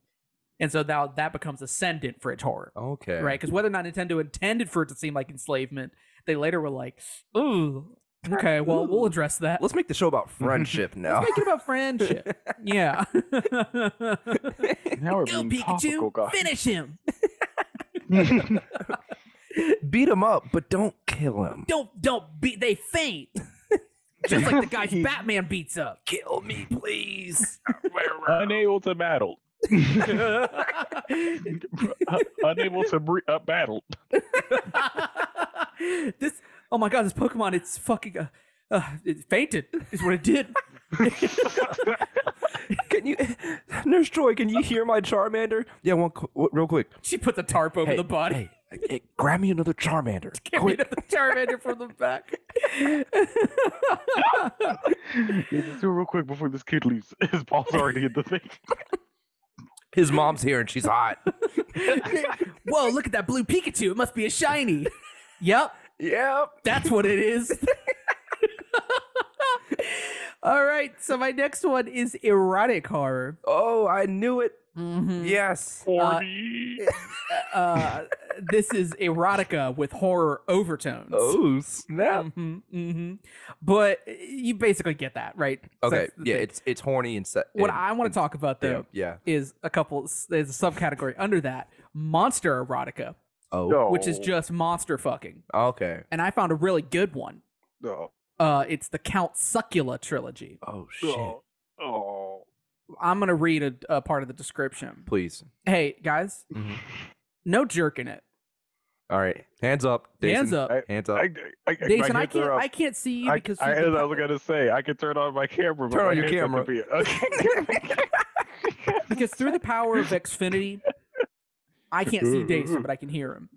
Speaker 3: And so now that becomes ascendant for its horror
Speaker 2: Okay.
Speaker 3: right? Because whether or not Nintendo intended for it to seem like enslavement, they later were like, "Ooh, okay, well, we'll
Speaker 2: Ooh.
Speaker 3: address that.
Speaker 2: Let's make the show about friendship now.
Speaker 3: Let's make it about friendship." yeah.
Speaker 4: now we're
Speaker 3: Go
Speaker 4: being
Speaker 3: Pikachu,
Speaker 4: topical, guys.
Speaker 3: finish him.
Speaker 2: Beat him up, but don't kill him.
Speaker 3: Don't don't beat. They faint, just like the guys Batman beats up.
Speaker 2: kill me, please.
Speaker 4: Unable to battle. Unable to bre- uh, battle.
Speaker 3: this oh my god, this Pokemon, it's fucking. Uh, uh, it fainted is what it did.
Speaker 2: Can you, Nurse Joy? Can you hear my Charmander? Yeah, one qu- w- real quick.
Speaker 3: She put the tarp over
Speaker 2: Hey,
Speaker 3: the body.
Speaker 2: Hey, hey, grab me another Charmander.
Speaker 3: Get rid
Speaker 2: Quick.
Speaker 3: of the Charmander from the back.
Speaker 4: Just do it real quick before this kid leaves. His ball's already in the thing.
Speaker 2: His mom's here and she's hot.
Speaker 3: Whoa, look at that blue Pikachu. It must be a shiny. yep,
Speaker 2: yep.
Speaker 3: that's what it is. All right, so my next one is erotic horror.
Speaker 2: Oh, I knew it.
Speaker 3: Mhm.
Speaker 2: Yes.
Speaker 4: Horny.
Speaker 3: Uh, this is erotica with horror overtones.
Speaker 2: Oh snap.
Speaker 3: hmm hmm But you basically get that, right? So
Speaker 2: Okay.
Speaker 3: that's the
Speaker 2: Yeah,
Speaker 3: thing.
Speaker 2: it's it's horny and set.
Speaker 3: what I want to talk about though
Speaker 2: Yeah. yeah.
Speaker 3: is a couple. There's a subcategory under that monster erotica,
Speaker 2: Oh.
Speaker 4: No.
Speaker 3: which is just monster fucking.
Speaker 2: Okay.
Speaker 3: And I found a really good one.
Speaker 4: No.
Speaker 3: Uh, it's the Count Succula trilogy.
Speaker 2: Oh shit.
Speaker 4: Oh. Oh.
Speaker 3: I'm gonna read a, a part of the description.
Speaker 2: Please.
Speaker 3: Hey guys, no jerk in it.
Speaker 2: All right. Hands up. Jason.
Speaker 3: Hands up,
Speaker 4: I-
Speaker 2: Hands up.
Speaker 4: I, I, I,
Speaker 3: Jason.
Speaker 4: my
Speaker 3: I
Speaker 4: hands are
Speaker 3: can't.
Speaker 4: up.
Speaker 3: I can't see you
Speaker 4: I,
Speaker 3: because
Speaker 4: I,
Speaker 3: of
Speaker 4: as
Speaker 3: the
Speaker 4: I was
Speaker 3: po-
Speaker 4: gonna say I could turn on my camera. But
Speaker 2: Turn
Speaker 4: my
Speaker 2: on your
Speaker 4: hands have to Be, okay.
Speaker 3: because through the power of Xfinity, I can't see Jason, but I can hear him.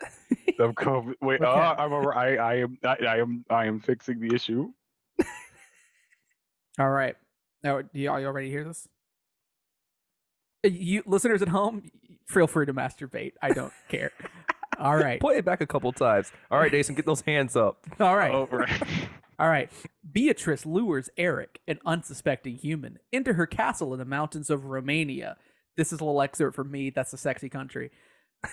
Speaker 4: I'm coming. Wait,
Speaker 3: Okay.
Speaker 4: uh, I'm. A, I, I am. I, I am. I am fixing the issue.
Speaker 3: All right. Now, do y'all you already hear this? Uh, You listeners at home, y- feel free to masturbate. I don't care. All right.
Speaker 2: Play it back a couple times. All right, Jason, get those hands up.
Speaker 3: All right.
Speaker 4: Oh, right.
Speaker 3: All right. Beatrice lures Eric, an unsuspecting human, into her castle in the mountains of Romania. This is a little excerpt from me. That's a sexy country.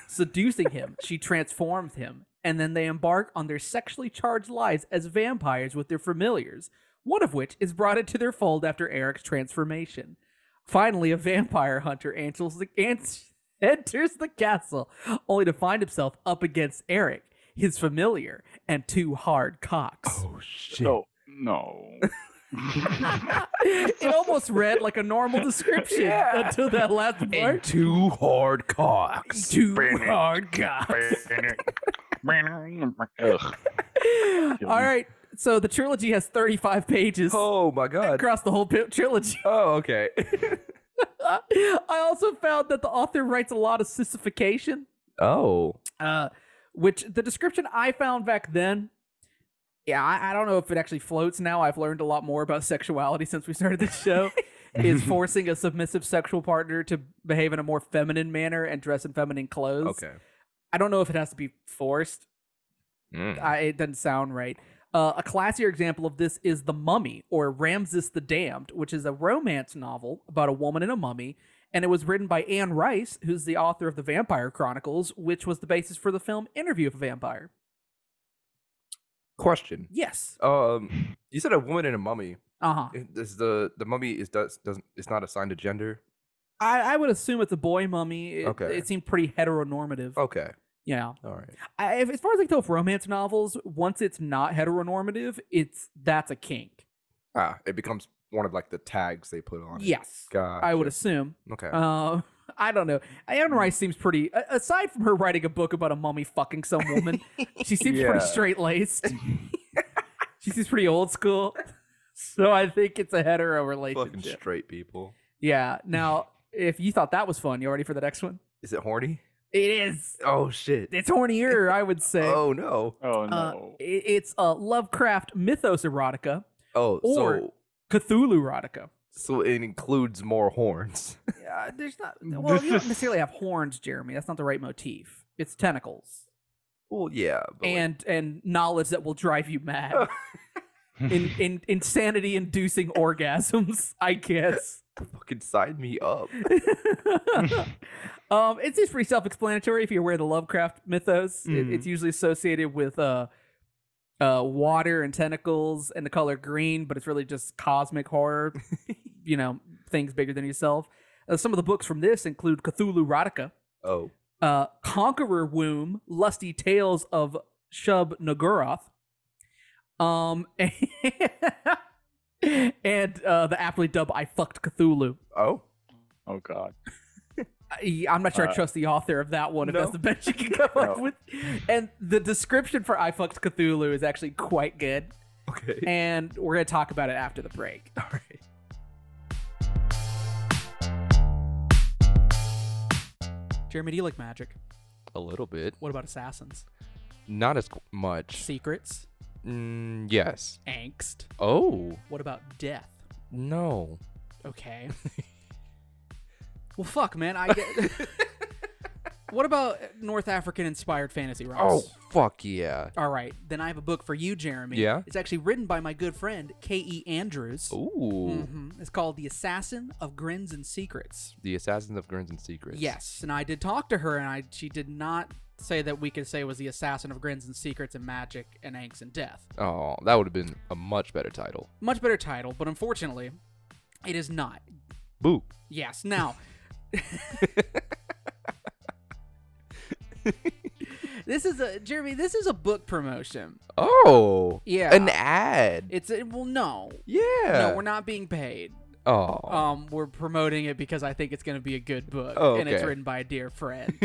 Speaker 3: Seducing him, she transforms him, and then they embark on their sexually charged lives as vampires with their familiars, one of which is brought into their fold after Eric's transformation. Finally, a vampire hunter enters the, ent- enters the castle, only to find himself up against Eric, his familiar, and two hard cocks.
Speaker 2: shit.
Speaker 4: No, Oh, no.
Speaker 3: it almost read like a normal description
Speaker 2: Yeah.
Speaker 3: until that last part. oh,
Speaker 2: two hard cocks.
Speaker 3: Two
Speaker 4: Brilliant.
Speaker 3: hard cocks.
Speaker 4: Ugh.
Speaker 3: All right. So the trilogy has 35 pages
Speaker 2: Oh my god.
Speaker 3: across the whole pi- trilogy.
Speaker 2: Oh, okay.
Speaker 3: I also found that the author writes a lot of sissification,
Speaker 2: oh.
Speaker 3: uh, which the description I found back then. Yeah, I, I don't know if it actually floats now. I've learned a lot more about sexuality since we started this show. is forcing a submissive sexual partner to behave in a more feminine manner and dress in feminine clothes.
Speaker 2: Okay.
Speaker 3: I don't know if it has to be forced.
Speaker 2: Mm.
Speaker 3: I, it doesn't sound right. Uh, a classier example of this is The Mummy or Ramses the Damned, which is a romance novel about a woman and a mummy. And it was written by Anne Rice, who's the author of The Vampire Chronicles, which was the basis for the film Interview with a Vampire.
Speaker 2: Question.
Speaker 3: Yes.
Speaker 2: Um, you said a woman and a mummy.
Speaker 3: Uh huh.
Speaker 2: Is the the mummy is does doesn't it's not assigned a gender?
Speaker 3: I, I would assume it's a boy mummy. It,
Speaker 2: Okay. Oh.
Speaker 3: it seemed pretty heteronormative.
Speaker 2: Okay.
Speaker 3: Yeah.
Speaker 2: All right.
Speaker 3: I, if, as far as I can tell, with romance novels, once it's not heteronormative, it's that's a kink.
Speaker 2: Ah, it becomes one of like the tags they put on. It.
Speaker 3: Yes,
Speaker 2: Gotcha.
Speaker 3: I would assume.
Speaker 2: Okay.
Speaker 3: Uh, I don't know. Anne Rice seems pretty. a- Aside from her writing a book about a mummy fucking some woman, she seems
Speaker 2: Yeah.
Speaker 3: pretty straight laced. she seems pretty old school. So I think it's a hetero
Speaker 2: Fucking
Speaker 3: relationship.
Speaker 2: straight people.
Speaker 3: Yeah. Now, if you thought that was fun, you ready for the next one?
Speaker 2: Is it horny?
Speaker 3: It is.
Speaker 2: Oh shit.
Speaker 3: It's hornier, I would say.
Speaker 2: Oh no.
Speaker 4: Oh
Speaker 3: Uh,
Speaker 4: no.
Speaker 3: i- it's uh, Lovecraft mythos erotica.
Speaker 2: Oh,
Speaker 3: Or-
Speaker 2: so
Speaker 3: Cthulhu erotica.
Speaker 2: so it includes more horns.
Speaker 3: Yeah, there's not. Well,
Speaker 4: This
Speaker 3: you don't
Speaker 4: is-
Speaker 3: necessarily have horns, Jeremy. That's not the right motif. It's tentacles
Speaker 2: Well, yeah. But like-
Speaker 3: and and knowledge that will drive you mad. in in insanity inducing orgasms, I guess.
Speaker 2: fucking sign me up.
Speaker 3: um, it's just pretty self-explanatory if you're aware of the Lovecraft mythos. It,
Speaker 4: Mhm.
Speaker 3: it's usually associated with uh, uh, water and tentacles and the color green, but it's really just cosmic horror. you know, things bigger than yourself. Uh, some of the books from this include Cthulhu Erotica,
Speaker 2: Oh,
Speaker 3: uh, Conqueror Womb, Lusty Tales of Shub Nagurath, um, and uh, the aptly dubbed I Fucked Cthulhu.
Speaker 2: oh,
Speaker 4: oh god.
Speaker 3: I- I'm not sure I
Speaker 4: Uh,
Speaker 3: trust the author of that one. If
Speaker 2: no.
Speaker 3: that's the best you can come up
Speaker 4: No.
Speaker 3: with, and the description for I fucked Cthulhu is actually quite good,
Speaker 2: okay.
Speaker 3: and we're gonna talk about it after the break.
Speaker 2: All right.
Speaker 3: Jeremy, do you like magic?
Speaker 2: A little bit,
Speaker 3: What about assassins,
Speaker 2: not as qu- much.
Speaker 3: secrets,
Speaker 2: Mm, yes.
Speaker 3: angst?
Speaker 2: Oh
Speaker 3: What about death?
Speaker 2: no.
Speaker 3: Okay. well, fuck, man. I get. what about North African inspired fantasy,
Speaker 2: Oh
Speaker 3: Ross?
Speaker 2: fuck yeah.
Speaker 3: All right, then I have a book for you, Jeremy.
Speaker 2: Yeah?
Speaker 3: It's actually written by my good friend K.E. Andrews.
Speaker 2: Ooh.
Speaker 3: Mhm. It's called The Assassin of Grins and Secrets.
Speaker 2: The Assassins of Grins and Secrets.
Speaker 3: Yes, and I did talk to her, and I she did not say that we could say it was The Assassin of Grins and Secrets and Magic and Angst and Death.
Speaker 2: Oh, that would have been a much better title.
Speaker 3: Much better title, but unfortunately, it is not.
Speaker 2: Boo.
Speaker 3: Yes, now. this is a Jeremy. This is a book promotion.
Speaker 2: Oh.
Speaker 3: Yeah.
Speaker 2: An ad.
Speaker 3: It's a, well, no,
Speaker 2: yeah.
Speaker 3: no, we're not being paid.
Speaker 2: Oh.
Speaker 3: Um, we're promoting it because I think it's going to be a good book,
Speaker 2: Oh,
Speaker 3: and it's
Speaker 2: okay.
Speaker 3: uh, written by a dear friend.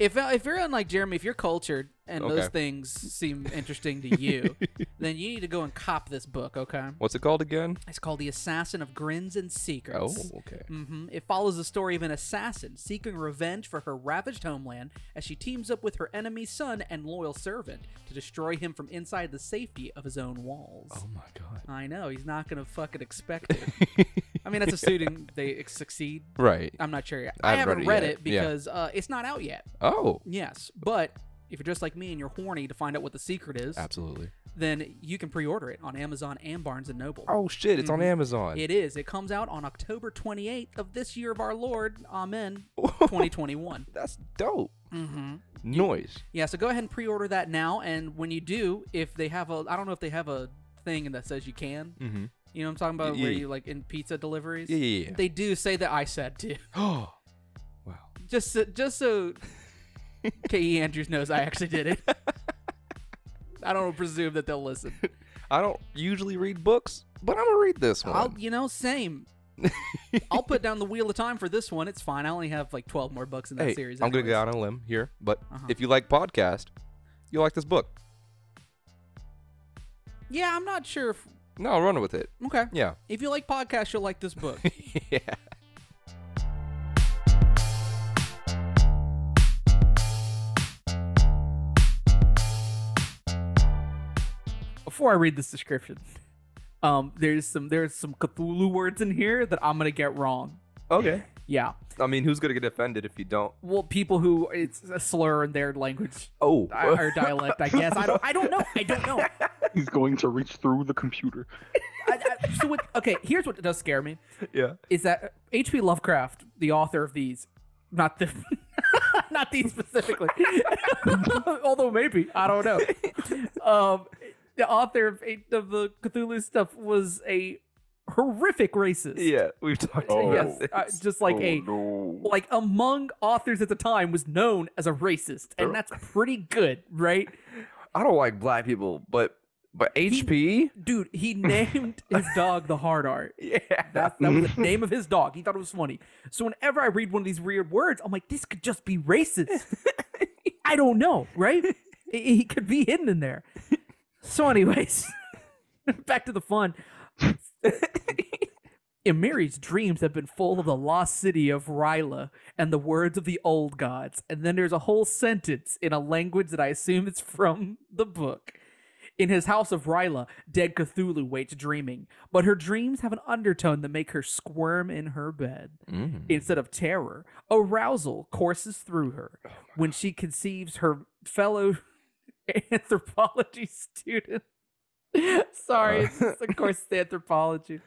Speaker 3: if if you're unlike Jeremy, if you're cultured and
Speaker 2: Okay.
Speaker 3: those things seem interesting to you, then you need to go and cop this book, okay?
Speaker 2: What's it called again?
Speaker 3: It's called The Assassin of Grins and
Speaker 2: Oh,
Speaker 3: Secrets.
Speaker 2: okay.
Speaker 3: hmm It follows the story of an assassin seeking revenge for her ravaged homeland as she teams up with her enemy's son and loyal servant to destroy him from inside the safety of his own walls.
Speaker 2: Oh my god.
Speaker 3: I know, he's not going to fucking expect it. I mean, that's assuming they ex- succeed.
Speaker 2: Right.
Speaker 3: I'm not sure yet.
Speaker 2: I
Speaker 3: I
Speaker 2: haven't
Speaker 3: haven't
Speaker 2: read
Speaker 3: read,
Speaker 2: it
Speaker 3: it,
Speaker 2: yet. Yeah.
Speaker 3: because uh, it's not out yet.
Speaker 2: Oh,
Speaker 3: Yes, but if you're just like me and you're horny to find out what the secret is,
Speaker 2: absolutely.
Speaker 3: then you can pre-order it on Amazon and Barnes and Noble.
Speaker 2: Oh shit, it's on
Speaker 3: Mhm.
Speaker 2: Amazon.
Speaker 3: It is. It comes out on October 28th of this year of our Lord. Amen. 2021.
Speaker 2: That's dope.
Speaker 3: Mm-hmm.
Speaker 2: Noise.
Speaker 3: Yeah. So go ahead and pre-order that now. And when you do, if they have a, I don't know if they have a thing that says you can.
Speaker 2: Mm-hmm.
Speaker 3: You know what I'm talking about?
Speaker 2: Yeah,
Speaker 3: Where
Speaker 2: yeah.
Speaker 3: you like in pizza deliveries.
Speaker 2: Yeah, yeah, yeah.
Speaker 3: They do say that I said too.
Speaker 2: Oh, wow.
Speaker 3: Just so, just so Ke Andrews knows I actually did it. I don't presume that they'll listen.
Speaker 2: I don't usually read books, but I'm gonna read this one.
Speaker 3: I'll, you know, same. I'll put down the wheel of time for this one. It's fine. I only have like 12 more books in that
Speaker 2: hey,
Speaker 3: series.
Speaker 2: I'm gonna
Speaker 3: anyways.
Speaker 2: go out on a limb here, but
Speaker 3: Uh-huh.
Speaker 2: if you like podcast, you'll like this book.
Speaker 3: Yeah, I'm not sure. If,
Speaker 2: No, I'll run with it.
Speaker 3: okay.
Speaker 2: Yeah.
Speaker 3: If you like podcasts, you'll like this book.
Speaker 2: yeah.
Speaker 3: Before I read this description, um, there's some there's some Cthulhu words in here that I'm gonna get wrong.
Speaker 2: Okay.
Speaker 3: Yeah.
Speaker 2: I mean, who's gonna get offended if you don't?
Speaker 3: Well, people who it's a slur in their language
Speaker 2: Oh,
Speaker 3: I- or dialect, I guess. I don't. I don't know. I don't know.
Speaker 4: He's going to reach through the computer.
Speaker 3: I, I, so what, okay, here's what does scare me.
Speaker 2: yeah.
Speaker 3: is that H.P. Lovecraft, the author of these, not the, not these specifically, although maybe I don't know. Um, the author of, of the Cthulhu stuff was a horrific racist.
Speaker 2: Yeah, we've talked
Speaker 4: Oh.
Speaker 2: about
Speaker 3: Yes,
Speaker 2: this.
Speaker 3: uh, just like
Speaker 4: oh,
Speaker 3: a
Speaker 4: no.
Speaker 3: like among authors at the time was known as a racist, and that's pretty good, right?
Speaker 2: I don't like black people, but but HP.
Speaker 3: Dude, he named his dog the Hard Art.
Speaker 2: Yeah.
Speaker 3: That, that was the name of his dog. He thought it was funny. So whenever I read one of these weird words, I'm like, this could just be racist. I don't know, right? It, it could be hidden in there. So, anyways, back to the fun. Emiri's dreams have been full of the lost city of Ryla and the words of the old gods. And then there's a whole sentence in a language that I assume is from the book. In his house of Ryla, dead Cthulhu waits dreaming, but her dreams have an undertone that make her squirm in her bed.
Speaker 2: Mm-hmm. Mm.
Speaker 3: Instead of terror, arousal courses through her when she conceives her fellow anthropology student. Sorry,
Speaker 2: Uh.
Speaker 3: it's just, of course, the anthropology.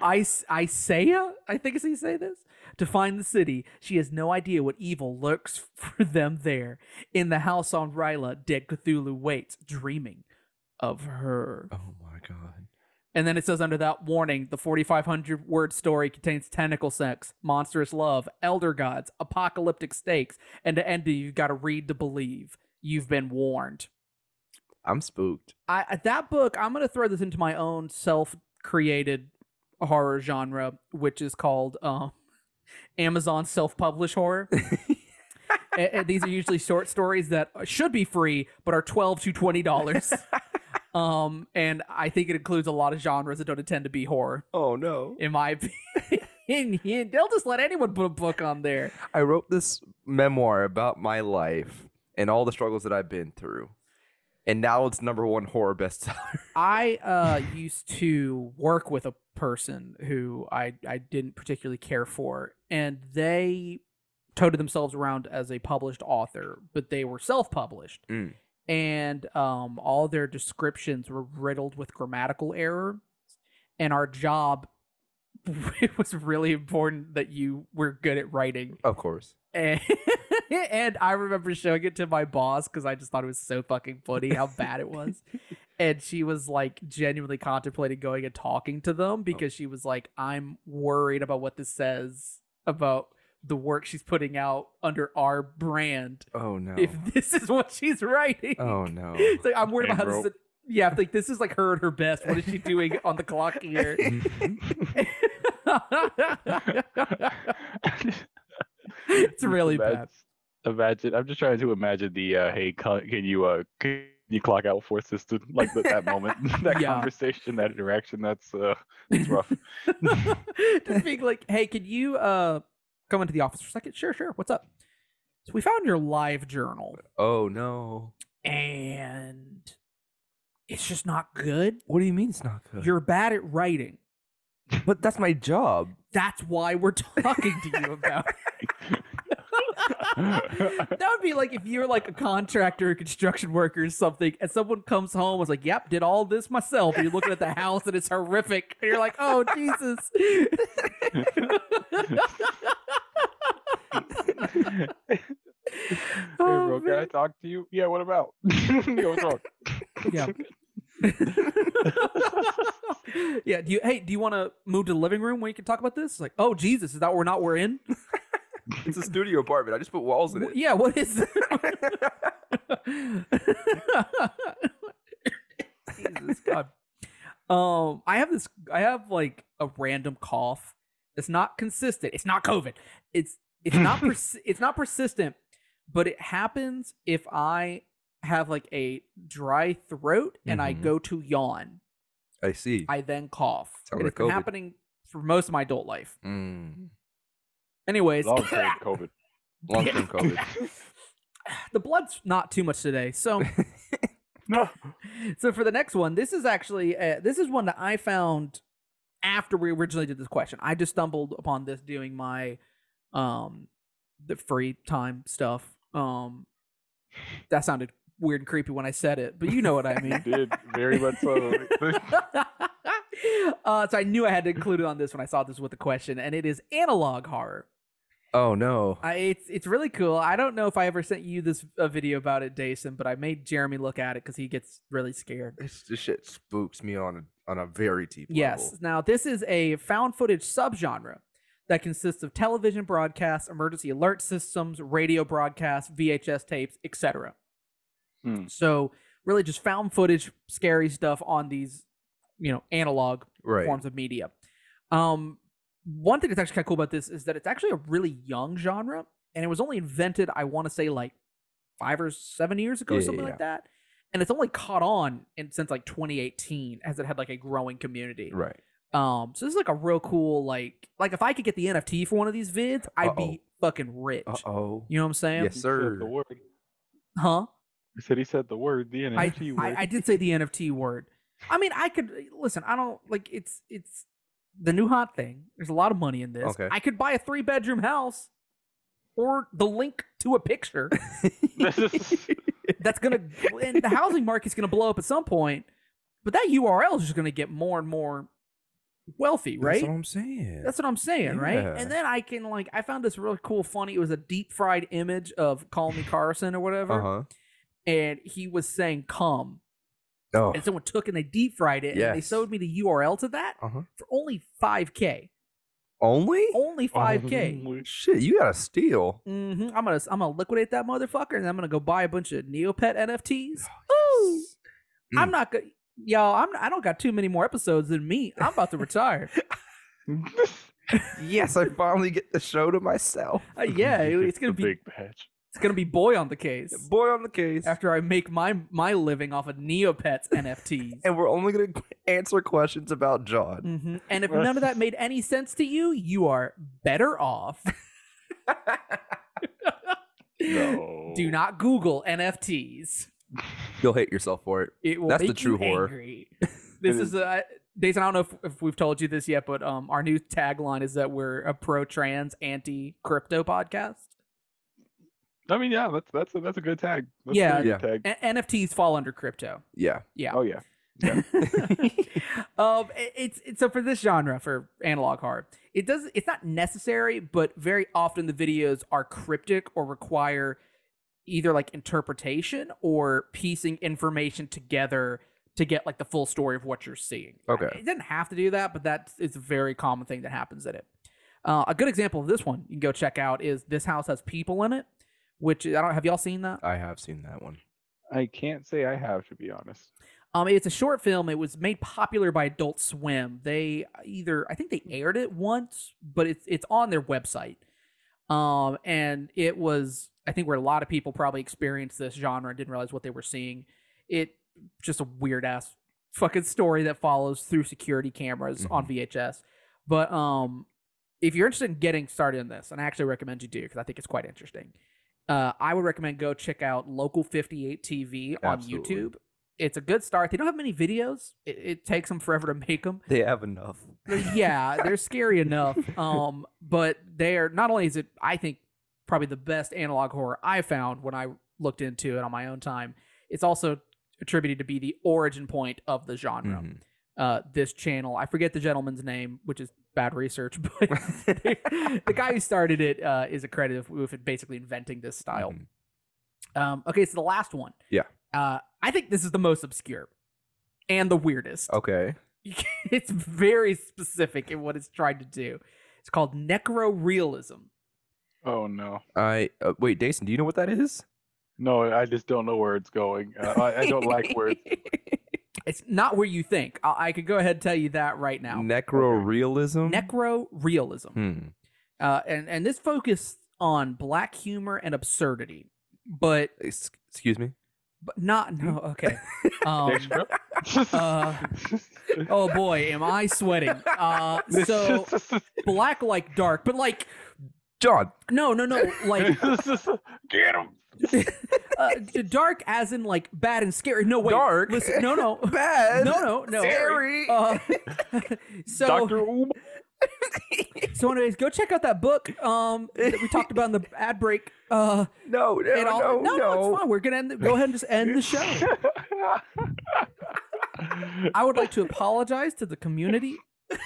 Speaker 3: I Isaiah, I think is he say this to find the city. She has no idea what evil lurks for them there. In the house on Ryla, dead Cthulhu waits, dreaming of her.
Speaker 2: Oh my god.
Speaker 3: And then it says under that warning, the 4,500 word story contains tentacle sex, monstrous love, elder gods, apocalyptic stakes, and to end it, you've got to read to believe. You've been warned.
Speaker 2: I'm spooked.
Speaker 3: I I- that book, I'm gonna throw this into my own self-created horror genre, which is called um, Amazon self-published horror. and, and these are usually short stories that should be free, but are twelve to twenty dollars. um, and I think it includes a lot of genres that don't intend to be horror,
Speaker 2: Oh no.
Speaker 3: in my opinion. They'll just let anyone put a book on there.
Speaker 2: I wrote this memoir about my life and all the struggles that I've been through. And now it's number one horror bestseller.
Speaker 3: I uh, used to work with a person who I, I didn't particularly care for, and they toted themselves around as a published author, but they were self published.
Speaker 2: Mm.
Speaker 3: And um, all their descriptions were riddled with grammatical error. And our job, it was really important that you were good at writing.
Speaker 2: Of course.
Speaker 3: And, and I remember showing it to my boss because I just thought it was so fucking funny how bad it was. and she was like genuinely contemplating going and talking to
Speaker 2: Oh.
Speaker 3: them because she was like, I'm worried about what this says about the work she's putting out under our brand.
Speaker 2: Oh no.
Speaker 3: If this is what she's writing,
Speaker 2: oh no.
Speaker 3: it's like, I'm worried
Speaker 4: And
Speaker 3: about how this.
Speaker 4: rope.
Speaker 3: Is, yeah, like this is like her at her best. What is she doing on the clock here? it's really bad.
Speaker 4: That's- imagine. I'm just trying to imagine the uh, hey, cu- can you uh, can you clock out for system like that, that moment, that
Speaker 3: Yeah.
Speaker 4: conversation, that interaction. That's uh, it's rough.
Speaker 3: Just being like, hey, could you uh come into the office for a second? Sure, sure. What's up? So we found your live journal,
Speaker 2: Oh no.
Speaker 3: and it's just not good.
Speaker 2: What do you mean it's not good?
Speaker 3: You're bad at writing.
Speaker 2: but that's my job.
Speaker 3: That's why we're talking to you about. it." that would be like if you're like a contractor, a construction worker, or something, and someone comes home and is like, "Yep, did all this myself." And you're looking at the house and it's horrific. And you're like, "Oh Jesus."
Speaker 4: hey,
Speaker 3: Oh,
Speaker 4: bro, can I
Speaker 3: man.
Speaker 4: talk to you? Yeah, what about? yeah, what's wrong?
Speaker 3: Yeah. yeah. Do you? Hey, do you want to move to the living room where you can talk about this? Like, oh Jesus, is that we're not we're in?
Speaker 2: It's a studio apartment. I just put walls in
Speaker 3: Wh-
Speaker 2: it.
Speaker 3: yeah. What is? Jesus God. Um, I have this. I have like a random cough. It's not consistent. It's not COVID. It's it's not pers- it's not persistent, but it happens if I have like a dry throat and I
Speaker 2: Mhm.
Speaker 3: go to yawn.
Speaker 2: I see.
Speaker 3: I then cough.
Speaker 2: Sounds
Speaker 3: And
Speaker 2: like
Speaker 3: it's been
Speaker 2: COVID.
Speaker 3: happening for most of my adult life.
Speaker 2: Mm.
Speaker 3: Anyways,
Speaker 4: Long term COVID.
Speaker 2: Long term COVID.
Speaker 3: the blood's not too much today. So,
Speaker 4: No.
Speaker 3: so for the next one, this is actually uh, this is one that I found after we originally did this question. I just stumbled upon this doing my um the free time stuff. Um, that sounded weird and creepy when I said it, but you know what I mean.
Speaker 4: Did very much so.
Speaker 3: uh, so I knew I had to include it on this when I saw this with the question, and it is analog horror.
Speaker 2: Oh no.
Speaker 3: I, it's it's really cool. I don't know if I ever sent you this a video about it, Jason, but I made Jeremy look at it because he gets really scared.
Speaker 2: This, this shit spooks me on a, on a very deep
Speaker 3: Yes. Now this is a found footage subgenre that consists of television broadcasts, emergency alert systems, radio broadcasts, VHS tapes, etc.
Speaker 4: Hmm.
Speaker 3: So really just found footage, scary stuff on these, you know, analog
Speaker 2: level. Right.
Speaker 3: forms of media. Um, one thing that's actually kind of cool about this is that it's actually a really young genre, and it was only invented, I want to say, like five or seven years ago,
Speaker 2: Yeah, yeah,
Speaker 3: something like that. And it's only caught on in, since like 2018, as it had like a growing community.
Speaker 2: Right.
Speaker 3: Um, so this is like a real cool, like, like if I could get the NFT for one of these vids, I'd be fucking rich.
Speaker 2: Uh oh.
Speaker 3: You know what I'm saying?
Speaker 2: Yes, sir.
Speaker 4: The word.
Speaker 3: Huh?
Speaker 4: He said he said the word, the
Speaker 3: I,
Speaker 4: NFT word.
Speaker 3: I, I did say the NFT word. I mean, I could listen. I don't like it's it's the new hot thing. There's a lot of money in this.
Speaker 2: Okay.
Speaker 3: I could buy a three bedroom house or the link to a picture that's gonna and the housing market's gonna blow up at some point. But that URL is just gonna get more and more wealthy, right?
Speaker 2: That's what I'm saying.
Speaker 3: That's what I'm saying, right?
Speaker 2: Yeah.
Speaker 3: And then I can like I found this really cool, funny. It was a deep fried image of Call Me Carson or whatever,
Speaker 2: uh huh.
Speaker 3: and he was saying "come."
Speaker 2: Oh.
Speaker 3: and someone took and they deep fried it and they
Speaker 2: Yes.
Speaker 3: showed me the URL to that
Speaker 2: Uh huh.
Speaker 3: for only 5k.
Speaker 2: Only?
Speaker 3: Only 5k.
Speaker 2: Shit, you gotta steal.
Speaker 3: hmm I'm gonna I'm gonna liquidate that motherfucker and I'm gonna go buy a bunch of Neopet NFTs. Ooh,
Speaker 2: Hmm.
Speaker 3: I'm not gonna y'all. I'm I don't got too many more episodes than me. I'm about to retire.
Speaker 2: yes, I finally get the show to myself.
Speaker 3: Uh, yeah, it- it's gonna
Speaker 4: The
Speaker 3: be
Speaker 4: big patch.
Speaker 3: it's gonna be boy on the case
Speaker 2: Boy on the case.
Speaker 3: after I make my my living off of Neopets NFTs.
Speaker 2: and we're only gonna answer questions about John.
Speaker 3: Mhm. And if none of that made any sense to you, you are better off.
Speaker 4: No.
Speaker 2: Oh.
Speaker 3: Do not Google NFTs. Mm.
Speaker 2: You'll hate yourself for it.
Speaker 3: It will
Speaker 2: That's the
Speaker 3: make
Speaker 2: true
Speaker 3: you
Speaker 2: horror.
Speaker 3: angry. This
Speaker 4: It
Speaker 3: is uh, Days. I don't know if, if we've told you this yet, but um, our new tagline is that we're a pro-trans, anti-crypto podcast.
Speaker 4: I mean, yeah, that's that's a, that's a good tag. That's a
Speaker 3: Yeah.
Speaker 4: good tag.
Speaker 3: A- NFTs fall under crypto.
Speaker 2: Yeah.
Speaker 3: Yeah.
Speaker 4: Oh yeah. yeah.
Speaker 3: um, it- it's, it's so for this genre for analog horror, it does. It's not necessary, but very often the videos are cryptic or require either like interpretation or piecing information together to get like the full story of what you're seeing.
Speaker 2: Okay.
Speaker 3: It doesn't have to do that, but that is a very common thing that happens in it. Uh, a good example of this one you can go check out is this house has people in it, which I don't have y'all seen that.
Speaker 2: I have seen that one.
Speaker 4: I can't say I have to be honest.
Speaker 3: Um, it's a short film. It was made popular by Adult Swim. They either I think they aired it once, but it's it's on their website. Um, and it was, I think, where a lot of people probably experienced this genre and didn't realize what they were seeing. It just a weird ass fucking story that follows through security cameras on VHS. But um, if you're interested in getting started in this, and I actually recommend you do because I think it's quite interesting. Uh, I would recommend go check out Local 58 TV on
Speaker 2: Absolutely.
Speaker 3: YouTube. It's a good start. They don't have many videos. It, it takes them forever to make them.
Speaker 2: They have enough.
Speaker 3: But yeah, they're scary enough. Um, but they're not only is it, I think, probably the best analog horror I found when I looked into it on my own time. It's also attributed to be the origin point of the genre.
Speaker 2: Mhm.
Speaker 3: Uh, this channel, I forget the gentleman's name, which is bad research, but the guy who started it uh, is accredited with basically inventing this style.
Speaker 2: Mhm.
Speaker 4: Mm-hmm.
Speaker 3: Um, okay, so the last one.
Speaker 2: Yeah.
Speaker 3: Uh, I think this is the most obscure and the weirdest
Speaker 4: Oh.
Speaker 2: Okay.
Speaker 3: it's very specific in what it's trying to do. It's called necrorealism.
Speaker 4: Oh no,
Speaker 2: I uh, wait, Jason. Do you know what that is?
Speaker 4: no, I just don't know where it's going. Uh, I, I don't like where. It's,
Speaker 3: It's not where you think. I, I could go ahead and tell you that right now.
Speaker 2: Necrorealism.
Speaker 3: necrorealism.
Speaker 2: Hmm.
Speaker 3: Uh, and, and this focused on black humor and absurdity, but,
Speaker 2: Ex- Excuse me.
Speaker 3: but not,
Speaker 2: Hmm?
Speaker 3: no, okay. Um,
Speaker 4: Next script.
Speaker 3: uh, oh boy, am I sweating. Uh, so black like dark, but like,
Speaker 2: John.
Speaker 3: no, no, no, like
Speaker 4: get him.
Speaker 3: uh, d- dark as in like bad and scary. No, wait.
Speaker 2: Dark?
Speaker 3: Listen, no, no.
Speaker 2: Bad.
Speaker 3: No, no, no.
Speaker 2: Scary.
Speaker 3: Uh, so,
Speaker 4: Doctor Oom.
Speaker 3: so anyways, go check out that book um that we talked about in the ad break. Uh,
Speaker 2: no, no,
Speaker 3: and all,
Speaker 4: "Oh,
Speaker 2: no,
Speaker 3: no,
Speaker 2: no.
Speaker 3: it's fine. We're gonna end. The, go ahead and just end the show. I would like to apologize to the community.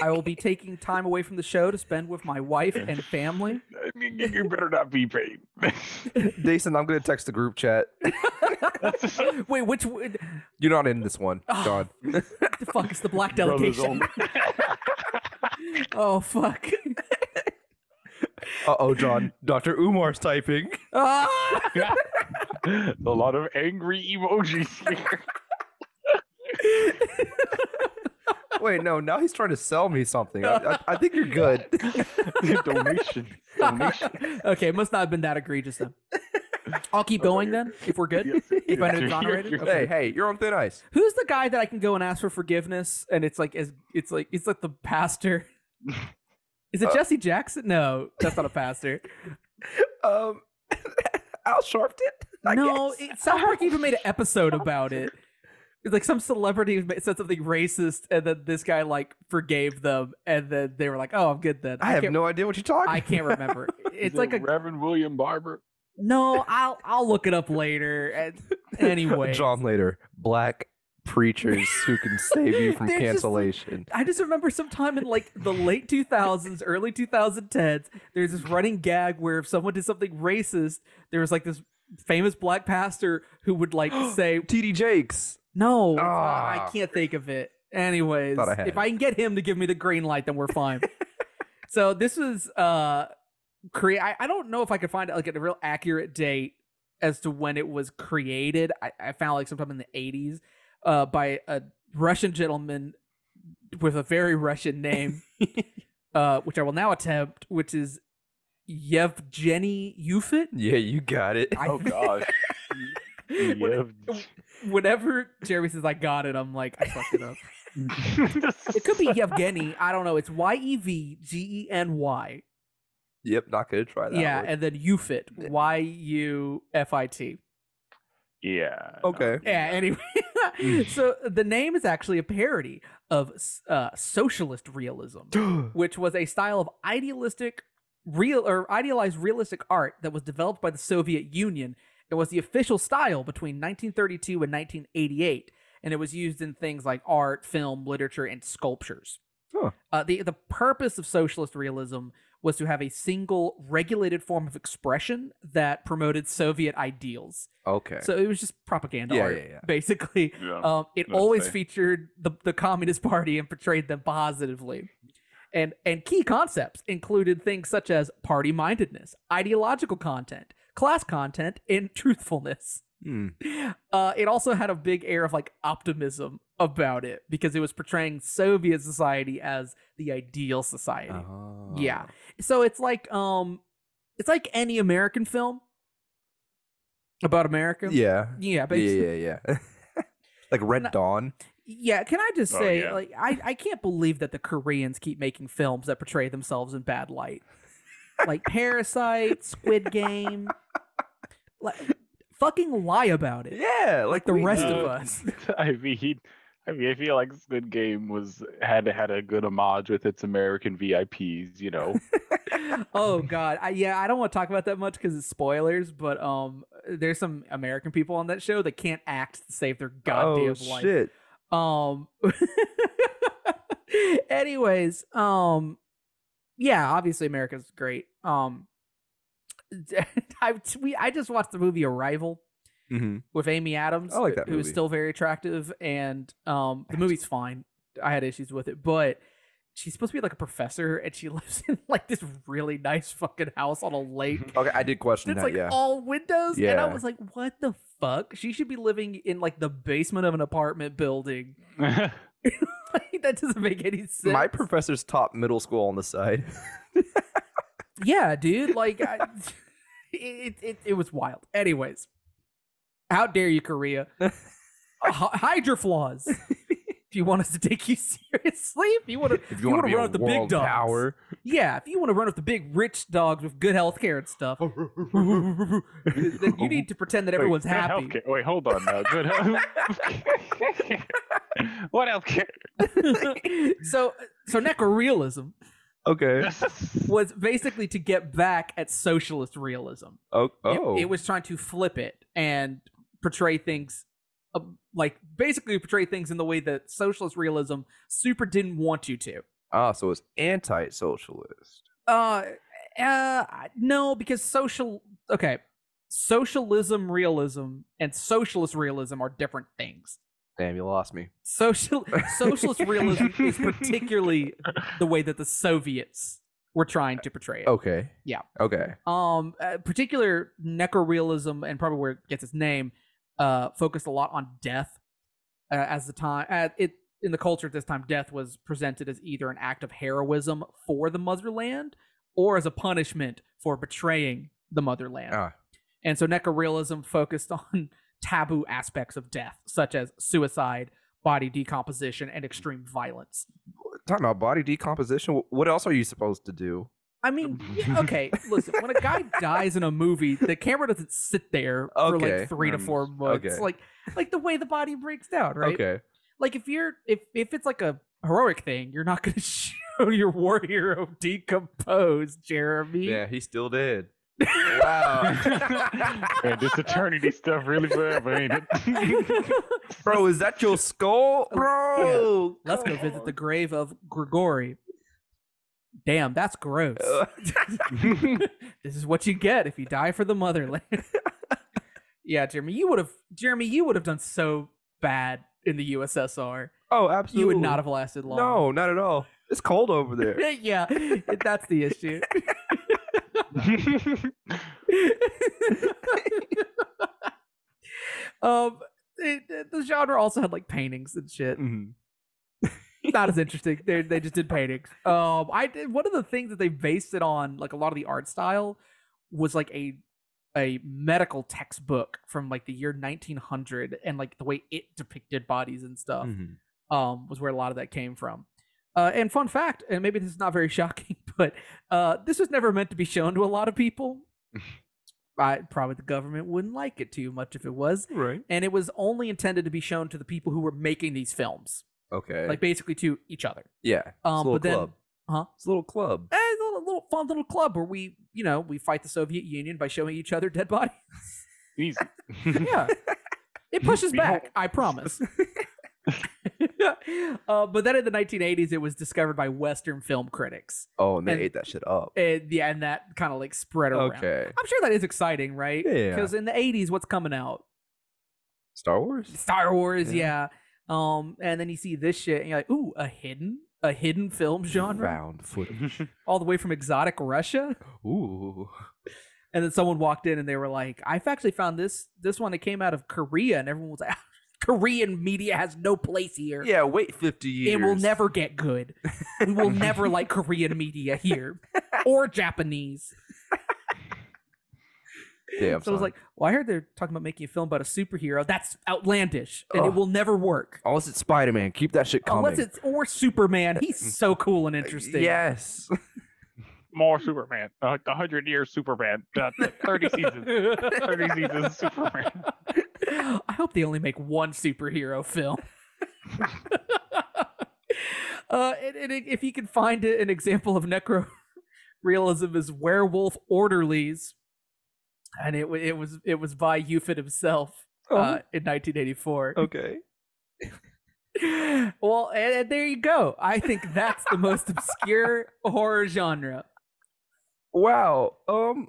Speaker 3: I will be taking time away from the show to spend with my wife and family.
Speaker 4: I mean, you- you better not be paid.
Speaker 2: Jason, I'm gonna text the group chat.
Speaker 3: Wait, which one-
Speaker 2: You're not in this one,
Speaker 3: Oh,
Speaker 2: John.
Speaker 3: the fuck is the black
Speaker 4: Brothers
Speaker 3: delegation?
Speaker 4: only.
Speaker 3: Oh fuck.
Speaker 2: Uh oh, John. Doctor Umar's typing.
Speaker 3: Ah!
Speaker 4: A lot of angry emojis here.
Speaker 2: Wait, no. Now he's trying to sell me something. I, I, I think you're good.
Speaker 4: donation, donation.
Speaker 3: okay, it must not have been that egregious then. I'll keep
Speaker 4: Okay,
Speaker 3: going
Speaker 4: you're-
Speaker 3: then if we're good.
Speaker 4: Yes, yes,
Speaker 3: I
Speaker 4: you're-
Speaker 3: exonerated?
Speaker 4: you're-
Speaker 2: Hey, hey, you're on thin ice.
Speaker 3: Who's the guy that I can go and ask for forgiveness? And it's like, is it's like it's like the pastor. Is it
Speaker 2: Uh,
Speaker 3: Jesse Jackson? No, that's not a pastor.
Speaker 2: Um, Al Sharpton. I
Speaker 3: no,
Speaker 2: guess.
Speaker 3: it sounds like you even made an episode about it. It's like some celebrity ma- said something racist, and then this guy like forgave them, and then they were like, "Oh, I'm good then."
Speaker 2: I have
Speaker 3: can't-
Speaker 2: no idea what you're talking.
Speaker 3: I can't remember.
Speaker 4: Is
Speaker 3: It's
Speaker 4: it
Speaker 3: like a
Speaker 4: Reverend William Barber.
Speaker 3: no. I'll I'll look it up later. And anyway,
Speaker 2: John later. Black preachers who can save you from
Speaker 3: They're just-
Speaker 2: cancellation.
Speaker 3: I just remember sometime in like the late 2000s, early 2010s, there's this running gag where if someone did something racist, there was like this famous black pastor who would like say,
Speaker 2: TD Jakes.
Speaker 3: No, it's not- I
Speaker 2: Ah.
Speaker 3: can't think of it. Anyways,
Speaker 2: Thought I had
Speaker 3: if
Speaker 2: it.
Speaker 3: I can get him to give me the green light, then we're fine. so this was uh create. I, I don't know if I could find like a real accurate date as to when it was created. I, I found like sometime in the eighties, uh, by a Russian gentleman with a very Russian name, uh, which I will now attempt, which is Yevgeny Ufit.
Speaker 2: Yeah, you got it.
Speaker 3: I-
Speaker 4: Oh gosh.
Speaker 3: When- Whenever Jeremy says I got it, I'm like I fucked it up. It could be Yevgeny. I don't know. It's Y E V G E N Y.
Speaker 2: yep, not gonna try that.
Speaker 3: Yeah,
Speaker 2: one.
Speaker 3: and then Ufit. Y U F I T.
Speaker 4: Yeah. no.
Speaker 2: Okay.
Speaker 3: Yeah, anyway. so the name is actually a parody of uh, socialist realism, which was a style of idealistic, real or idealized realistic art that was developed by the Soviet Union and was the official style between 1932 and 1988. And it was used in things like art, film, literature, and sculptures.
Speaker 2: Huh.
Speaker 3: Uh, the the purpose of socialist realism was to have a single regulated form of expression that promoted Soviet ideals.
Speaker 2: Okay.
Speaker 3: So it was just propaganda
Speaker 2: Yeah,
Speaker 3: art,
Speaker 2: yeah, yeah.
Speaker 3: basically.
Speaker 4: Yeah.
Speaker 2: Oh,
Speaker 3: Um, it
Speaker 4: that's
Speaker 3: always
Speaker 4: fair.
Speaker 3: featured the, the Communist Party and portrayed them positively. And, and key concepts included things such as party mindedness, ideological content, class content, and truthfulness.
Speaker 2: Hmm.
Speaker 3: Uh, it also had a big air of like optimism about it because it was portraying Soviet eh, society as the ideal society.
Speaker 2: Oh.
Speaker 3: Yeah. So it's like um it's like any American film about America.
Speaker 2: Yeah.
Speaker 3: Yeah,
Speaker 2: Yeah,
Speaker 3: but it's-
Speaker 2: yeah, yeah. like Red
Speaker 3: No.
Speaker 2: Dawn.
Speaker 3: yeah, can I just
Speaker 4: Oh,
Speaker 3: say
Speaker 4: yeah.
Speaker 3: like I, I can't believe that the Koreans keep making films that portray themselves in bad light. like Parasite, Squid Game. Like fucking lie about it.
Speaker 2: Yeah,
Speaker 3: Like the rest
Speaker 4: Uh,
Speaker 3: of us.
Speaker 4: I mean, I mean, I feel like Squid Game was had had a good homage with its American VIPs. You know,
Speaker 3: oh god I, yeah i don't want to talk about that much because it's spoilers but um there's some american people on that show that can't act to save their goddamn
Speaker 2: oh,
Speaker 3: life
Speaker 2: shit.
Speaker 3: um anyways um yeah obviously america's great um I, we, I just watched the movie arrival
Speaker 2: hmm
Speaker 3: with amy adams
Speaker 2: I like that
Speaker 3: who is
Speaker 2: movie.
Speaker 3: still very attractive and um the movie's fine i had issues with it but she's supposed to be like a professor and she lives in like this really nice fucking house on a lake
Speaker 2: Okay, I did question
Speaker 3: it's
Speaker 2: that.
Speaker 3: like
Speaker 2: yeah.
Speaker 3: all windows and i
Speaker 2: Yeah.
Speaker 3: was like what the fuck she should be living in like the basement of an apartment building like, that doesn't make any sense
Speaker 2: My professor's taught middle school on the side.
Speaker 3: yeah dude like I, it, it, it was wild anyways how dare you korea uh, hy- hydra flaws if you want us to take you seriously if you want to
Speaker 2: If
Speaker 3: you
Speaker 2: wanna
Speaker 3: wanna
Speaker 2: be a
Speaker 3: run with the big
Speaker 2: world
Speaker 3: dogs.
Speaker 2: power,
Speaker 3: Yeah, if you want to run with the big rich dogs with good health care and stuff, then you need to pretend that everyone's
Speaker 4: Wait, good
Speaker 3: happy.
Speaker 4: healthcare- Wait, hold on now. Good health- what healthcare?
Speaker 3: so, so necrorealism
Speaker 2: okay.
Speaker 3: was basically to get back at socialist realism.
Speaker 2: Oh,
Speaker 3: It-
Speaker 2: oh.
Speaker 3: It, was trying to flip it and portray things, uh, like basically portray things in the way that socialist realism super didn't want you to.
Speaker 2: ah, so it's anti-socialist.
Speaker 3: uh, uh no because social okay socialism realism and socialist realism are different things
Speaker 2: Damn, you lost me.
Speaker 3: social socialist realism is particularly the way that the soviets were trying to portray it
Speaker 2: Okay.
Speaker 3: Yeah.
Speaker 2: Okay.
Speaker 3: um uh, particular necrorealism and probably where it gets its name uh focused a lot on death uh, as the time uh, it in the culture at this time death was presented as either an act of heroism for the motherland or as a punishment for betraying the motherland
Speaker 2: Ah.
Speaker 3: and so necrorealism focused on taboo aspects of death such as suicide body decomposition and extreme violence
Speaker 2: Talking about body decomposition. wh- What else are you supposed to do?
Speaker 3: I mean, yeah, okay, listen, when a guy dies in a movie, the camera doesn't sit there for
Speaker 2: Okay.
Speaker 3: like three to
Speaker 4: Mm,
Speaker 3: four months.
Speaker 2: okay.
Speaker 3: Like like the way the body breaks down, right?
Speaker 2: Okay.
Speaker 3: Like if you're if if it's like a heroic thing, you're not gonna show your war hero decompose, Jeremy.
Speaker 2: Yeah, he still did. wow.
Speaker 4: Man, this eternity stuff really forever, ain't it?
Speaker 2: bro, is that your
Speaker 3: Oh,
Speaker 2: skull, bro?
Speaker 3: Let's go visit the grave of Grigori. Damn, that's gross.
Speaker 2: Uh.
Speaker 3: this is what you get if you die for the motherland. yeah, Jeremy, you would have Jeremy, you would have done so bad in the USSR.
Speaker 2: oh, absolutely.
Speaker 3: You would not have lasted long.
Speaker 2: No, not at all. It's cold over there.
Speaker 3: yeah, that's the issue. um it- it- the genre also had like paintings and shit.
Speaker 2: Mhm.
Speaker 3: Not as interesting. They they just did paintings. Um I did one of the things that they based it on, like a lot of the art style was like a a medical textbook from like the year 1900 and like the way it depicted bodies and stuff
Speaker 2: Mhm.
Speaker 3: um, was where a lot of that came from. Uh, and fun fact, and maybe this is not very shocking, but uh, this was never meant to be shown to a lot of people. I, probably the government wouldn't like it too much if it was.
Speaker 2: Right.
Speaker 3: And it was only intended to be shown to the people who were making these films,
Speaker 2: Okay.
Speaker 3: like basically to each other.
Speaker 2: yeah. It's a
Speaker 3: um,
Speaker 2: little
Speaker 3: but then-
Speaker 2: club.
Speaker 3: Huh?
Speaker 2: It's a little club.
Speaker 3: Eh, it's a little, little fun little club where we, you know, we fight the Soviet Union by showing each other dead bodies.
Speaker 4: Easy.
Speaker 3: yeah. It pushes
Speaker 4: We
Speaker 3: back,
Speaker 4: hope.
Speaker 3: I promise. uh, but then in the 1980s, it was discovered by Western film critics.
Speaker 2: Oh, and they
Speaker 3: and-
Speaker 2: ate that shit up.
Speaker 3: And, yeah, eh, and that kind of like spread around.
Speaker 2: Okay.
Speaker 3: I'm sure that is exciting, right?
Speaker 2: Yeah.
Speaker 3: Because in the 80s, what's coming out?
Speaker 2: Star Wars?
Speaker 3: Star Wars,
Speaker 2: Yeah.
Speaker 3: yeah. Um, and then you see this shit, and you're like, ooh, a hidden, a hidden film genre,
Speaker 2: Found footage.
Speaker 3: all the way from exotic Russia.
Speaker 2: Ooh.
Speaker 3: And then someone walked in, and they were like, I've actually found this this one that came out of Korea, and everyone was like, Korean media has no place here.
Speaker 2: Yeah, wait 50 years.
Speaker 3: It will never get good. We will never like Korean media here or Japanese.
Speaker 2: Damn,
Speaker 3: so I was
Speaker 2: son.
Speaker 3: like, well, I heard they're talking about making a film about a superhero. That's outlandish, and it
Speaker 2: Ugh.
Speaker 3: will never work.
Speaker 2: unless it's Spider Man, keep that shit coming.
Speaker 3: Oh, Unless it's or Superman. He's so cool and interesting.
Speaker 2: Yes.
Speaker 4: More Superman. A hundred years Superman. Uh, Thirty seasons. Thirty seasons of Superman.
Speaker 3: I hope they only make one superhero film. uh, and, and if you can find an example of necro realism is werewolf orderlies, and it wa- it was it was by Euphid himself
Speaker 2: Uh-huh.
Speaker 3: uh, in 1984.
Speaker 2: okay.
Speaker 3: well, and, and there you go. I think that's the most obscure horror genre.
Speaker 2: Wow. Um,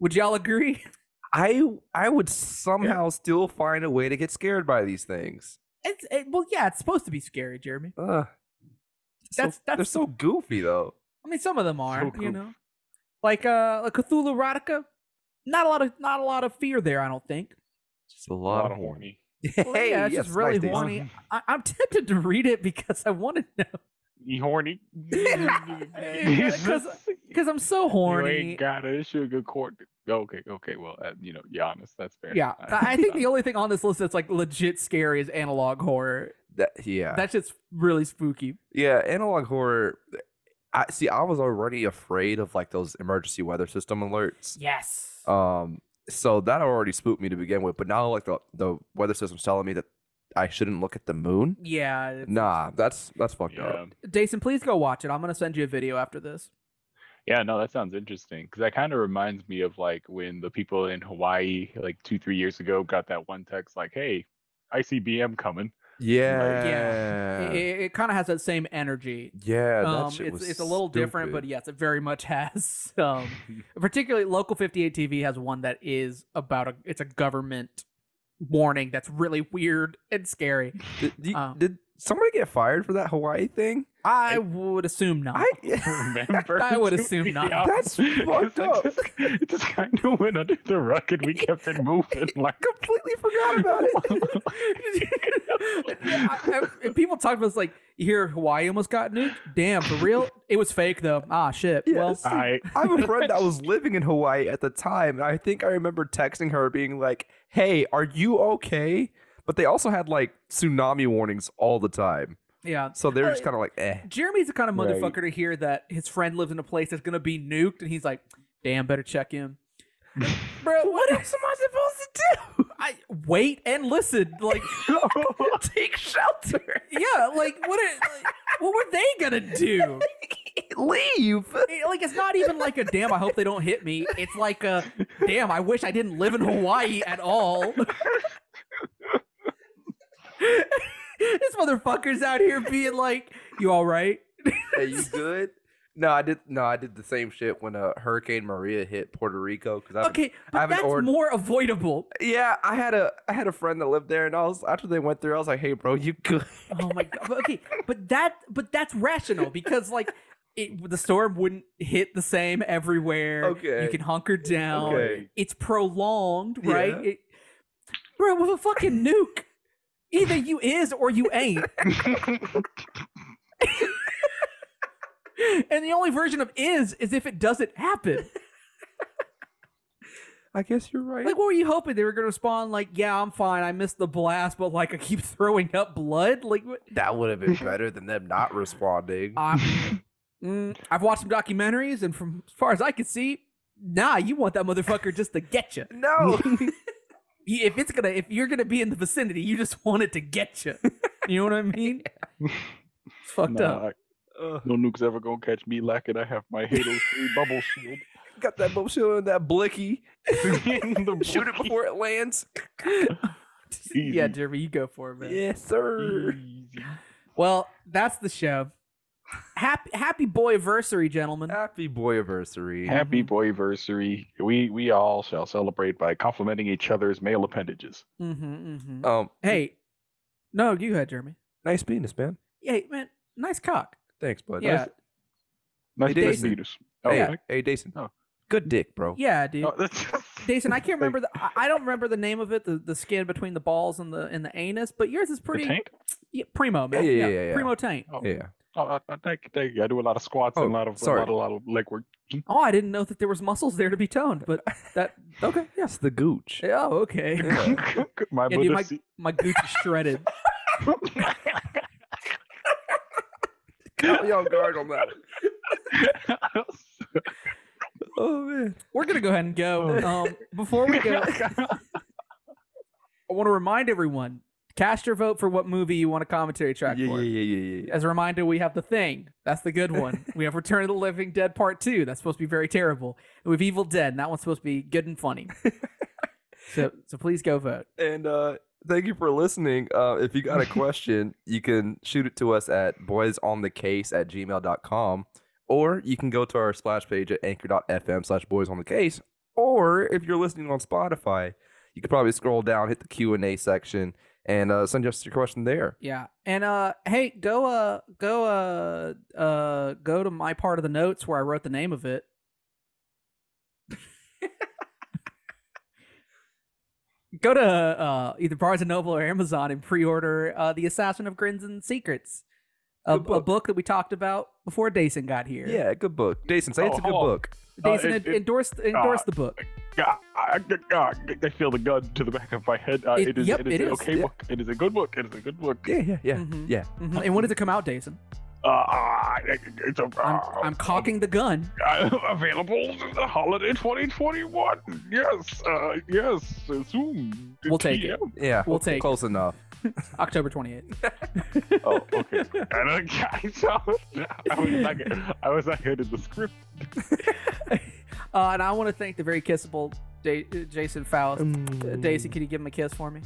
Speaker 3: Would y'all agree?
Speaker 2: I I would somehow still find a way to get scared by these things.
Speaker 3: It's, it, well, yeah, it's supposed to be scary, Jeremy.
Speaker 2: Ugh. So-
Speaker 3: That's-
Speaker 2: they're
Speaker 3: that's-
Speaker 2: so goofy though.
Speaker 3: I mean, some of them are, you
Speaker 4: goof.
Speaker 3: know, like uh, like Cthulhu Erotica. Not a lot of not a lot of fear there, I don't think.
Speaker 2: Just a
Speaker 4: A
Speaker 2: lot,
Speaker 4: lot of horny.
Speaker 2: Hey,
Speaker 3: yeah, it's
Speaker 2: yes,
Speaker 3: just really
Speaker 2: nice days.
Speaker 3: horny. I, I'm tempted to read it because I want to know
Speaker 4: You horny?
Speaker 3: Because- because I'm so
Speaker 4: You
Speaker 3: horny.
Speaker 4: ain't got a sugar court. Okay, okay. Well, uh, you know, Giannis, that's fair.
Speaker 3: Yeah, I I think
Speaker 4: uh,
Speaker 3: the only thing on this list that's like legit scary is analog horror.
Speaker 2: That- yeah.
Speaker 3: That shit's really spooky.
Speaker 2: Yeah, analog horror. I see. I was already afraid of like those emergency weather system alerts.
Speaker 3: Yes.
Speaker 2: Um, so that already spooked me to begin with. But now, like the the weather system's telling me that I shouldn't look at the moon.
Speaker 3: yeah. it's-
Speaker 2: Nah, that's that's fucked
Speaker 4: yeah.
Speaker 2: up.
Speaker 3: Jason, please go watch it. I'm gonna send you a video after this.
Speaker 4: Yeah, no, that sounds interesting because that kind of reminds me of like when the people in Hawaii, like two, three years ago, got that one text like, "Hey, ICBM coming."
Speaker 2: Yeah,
Speaker 3: yeah.
Speaker 2: yeah,
Speaker 3: It, kind of has that same energy.
Speaker 2: yeah. That
Speaker 3: um,
Speaker 2: shit
Speaker 3: it's
Speaker 2: was
Speaker 3: it's a little different, but
Speaker 2: stupid.
Speaker 3: yes, it very much has. Um, particularly, local 58 TV has one that is about a. It's a government warning that's really weird and scary.
Speaker 2: Did, do you-
Speaker 3: um,
Speaker 2: did somebody get fired for that Hawaii thing?
Speaker 3: I would assume not.
Speaker 2: I
Speaker 4: Remember?
Speaker 3: I would
Speaker 4: to
Speaker 3: assume
Speaker 4: be
Speaker 3: not.
Speaker 2: That's
Speaker 4: honest,
Speaker 2: fucked
Speaker 4: 'cause
Speaker 2: up.
Speaker 4: It just, it just kind of went under the rug, and we kept it moving. Like,
Speaker 2: completely forgot about it.
Speaker 3: Yeah, I- I- and people talk about this like you hear Hawaii almost got nuked. Damn, for real? It was fake though. Ah, shit. Well,
Speaker 2: Yes.
Speaker 4: I
Speaker 2: I have a friend that was living in Hawaii at the time, and I think I remember texting her being like, "Hey, are you okay?" But they also had like tsunami warnings all the time,
Speaker 3: yeah.
Speaker 2: so they were just
Speaker 3: Uh,
Speaker 2: kind of like, "Eh."
Speaker 3: Jeremy's the kind of
Speaker 4: Right.
Speaker 3: motherfucker to hear that his friend lives in a place that's gonna be nuked, and he's like, "Damn, better check him." Bro, what else am I supposed to do? I wait and listen. Like,
Speaker 2: Take shelter.
Speaker 3: yeah, like what? Are, like, what were they gonna do?
Speaker 2: Leave.
Speaker 3: It- like it's not even like a damn i hope they don't hit me it's like a damn i wish i didn't live in hawaii at all this motherfucker's out here being like you all right
Speaker 2: Are you good? No, I did. No, I did the same shit when uh, Hurricane Maria hit Puerto Rico because Um, I. haven't-
Speaker 3: okay but
Speaker 2: haven't
Speaker 3: that's
Speaker 2: ord-
Speaker 3: more avoidable
Speaker 2: Yeah, I had a I had a friend that lived there, and I was after they went through, I was like, "Hey, bro, you good?"
Speaker 3: oh my god but okay but that but that's rational because like it, the storm wouldn't hit the same everywhere
Speaker 2: Okay.
Speaker 3: you can hunker down
Speaker 2: Okay.
Speaker 3: it's prolonged, right?
Speaker 2: Yeah.
Speaker 3: It, bro, with a fucking nuke, either you is or you ain't. and the only version of is is if it doesn't happen.
Speaker 2: I guess you're right.
Speaker 3: Like, what were you hoping they were going to respond? Like, yeah, I'm fine. I missed the blast, but like, I keep throwing up blood. Like, what?
Speaker 2: That would have been better than them not responding.
Speaker 3: I, Mm, I've watched some documentaries, and from as far as I can see, nah, you want that motherfucker just to get you.
Speaker 2: no.
Speaker 3: Y- if it's gonna if you're gonna be in the vicinity, you just want it to get you. You know what I mean? It's fucked
Speaker 4: nah,
Speaker 3: up.
Speaker 2: Ugh.
Speaker 4: no nuke's ever gonna catch me lacking. I have my Halo Three bubble shield.
Speaker 2: got that bump shield and that blicky.
Speaker 4: The
Speaker 2: Shoot it
Speaker 4: boy-
Speaker 2: before it lands.
Speaker 3: yeah,
Speaker 4: easy.
Speaker 3: Jeremy, you go for it, man.
Speaker 2: Yes, sir.
Speaker 4: Easy.
Speaker 3: Well, that's the show. Happy Happy Boy Anniversary, gentlemen.
Speaker 4: Uh,
Speaker 2: Happy boy anniversary.
Speaker 4: Happy
Speaker 3: Mhm.
Speaker 4: boyversary. We we all shall celebrate by complimenting each other's male appendages.
Speaker 3: Mm-hmm, mm-hmm.
Speaker 4: uh,
Speaker 2: Um,
Speaker 3: Hey, no, you had Jeremy.
Speaker 2: nice penis, man.
Speaker 3: Yeah, man, nice cock.
Speaker 2: Thanks, bud.
Speaker 3: yeah,
Speaker 2: Nice-
Speaker 4: Nice
Speaker 2: Hey,
Speaker 4: big
Speaker 2: Jason.
Speaker 4: penis. Oh,
Speaker 2: Hey,
Speaker 4: okay.
Speaker 2: hey, Jason.
Speaker 4: Oh.
Speaker 2: Good dick, bro.
Speaker 3: yeah, dude.
Speaker 4: No, that's-
Speaker 3: Jason, I can't
Speaker 4: Like,
Speaker 3: remember the. I- I don't remember the name of it. The, the skin between the balls and the and the anus, but yours is
Speaker 4: the
Speaker 3: pretty
Speaker 4: taint?
Speaker 3: yeah, primo, man.
Speaker 2: Yeah, yeah, yeah, yeah.
Speaker 3: primo taint.
Speaker 4: Oh,
Speaker 2: Yeah.
Speaker 4: Oh, uh, uh, thank you, thank you. I do a lot of squats and
Speaker 2: Oh,
Speaker 4: a lot of
Speaker 2: sorry.
Speaker 4: a lot, a lot of leg work.
Speaker 3: Oh, I didn't know that there was muscles there to be toned, but that okay, yes.
Speaker 2: That's the gooch.
Speaker 3: Yeah, oh, okay.
Speaker 2: Yeah.
Speaker 4: my
Speaker 3: Yeah,
Speaker 4: Buddha
Speaker 3: dude, my,
Speaker 4: seat.
Speaker 3: my gooch is shredded.
Speaker 2: Caught me off guard on that.
Speaker 3: Oh man, we're gonna go ahead and go. Um, before we go, I want to remind everyone: cast your vote for what movie you want a commentary
Speaker 2: Yeah,
Speaker 3: track
Speaker 2: yeah,
Speaker 3: for.
Speaker 2: yeah, yeah, yeah.
Speaker 3: As a reminder, we have The Thing. That's the good one. we have Return of the Living Dead Part Two. That's supposed to be very terrible. And we have Evil Dead, and that one's supposed to be good and funny. so, so please go vote.
Speaker 2: And uh, thank you for listening. Uh, if you got a question, you can shoot it to us at boysonthecase at gmail.com, or you can go to our splash page at anchor.fm slash boys on the case. Or if you're listening on Spotify, you could probably scroll down, hit the Q and A section, and uh, send us your question there.
Speaker 3: Yeah. And uh hey, go uh go uh uh go to my part of the notes where I wrote the name of it. go to uh either Barnes and Noble or Amazon and pre-order uh The Assassin of Grins and Secrets. A,
Speaker 2: Good book.
Speaker 3: a book that we talked about before Dason got here.
Speaker 2: Yeah, good book. Jason, say
Speaker 4: Oh,
Speaker 2: it's a good
Speaker 4: hold on.
Speaker 2: book.
Speaker 4: Uh,
Speaker 3: Dason
Speaker 4: it-
Speaker 3: en-
Speaker 4: it-
Speaker 3: endorsed endorsed the book.
Speaker 4: God, I, I- I feel the gun to the back of my head. Uh,
Speaker 3: It-
Speaker 4: it is,
Speaker 3: yep,
Speaker 4: it is
Speaker 3: it
Speaker 4: an
Speaker 3: is,
Speaker 4: okay
Speaker 2: yeah.
Speaker 4: book. It is a good book. It is a good book.
Speaker 2: Yeah, yeah, yeah,
Speaker 3: Mhm.
Speaker 2: yeah.
Speaker 3: Mhm. And when did it come out, Dason?
Speaker 4: Uh, uh, it's a,
Speaker 3: I'm
Speaker 4: uh,
Speaker 3: I'm cocking the gun.
Speaker 4: uh, available in the holiday 2021. Yes, uh, yes, uh, soon.
Speaker 3: We'll take it.
Speaker 4: TM.
Speaker 2: Yeah,
Speaker 3: We'll take-
Speaker 2: close enough.
Speaker 3: October 28th.
Speaker 4: Oh, okay. And I, I, was not, I was not good at the script.
Speaker 3: Uh, and I want to thank the very kissable da- uh, Jason Faust. Uh, Daisy, can you give him a kiss for me?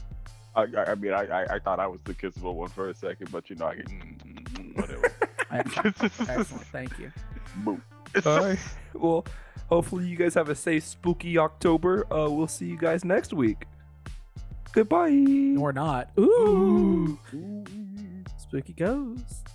Speaker 4: I, I, I mean, I, I, I thought I was the kissable one for a second, but you know, I get mm, whatever.
Speaker 3: Excellent. Excellent. Thank you.
Speaker 4: Boom.
Speaker 2: All right. Well, hopefully you guys have a safe, spooky October. Uh, we'll see you guys next week. Goodbye.
Speaker 3: Or not. Ooh. Spooky ghost.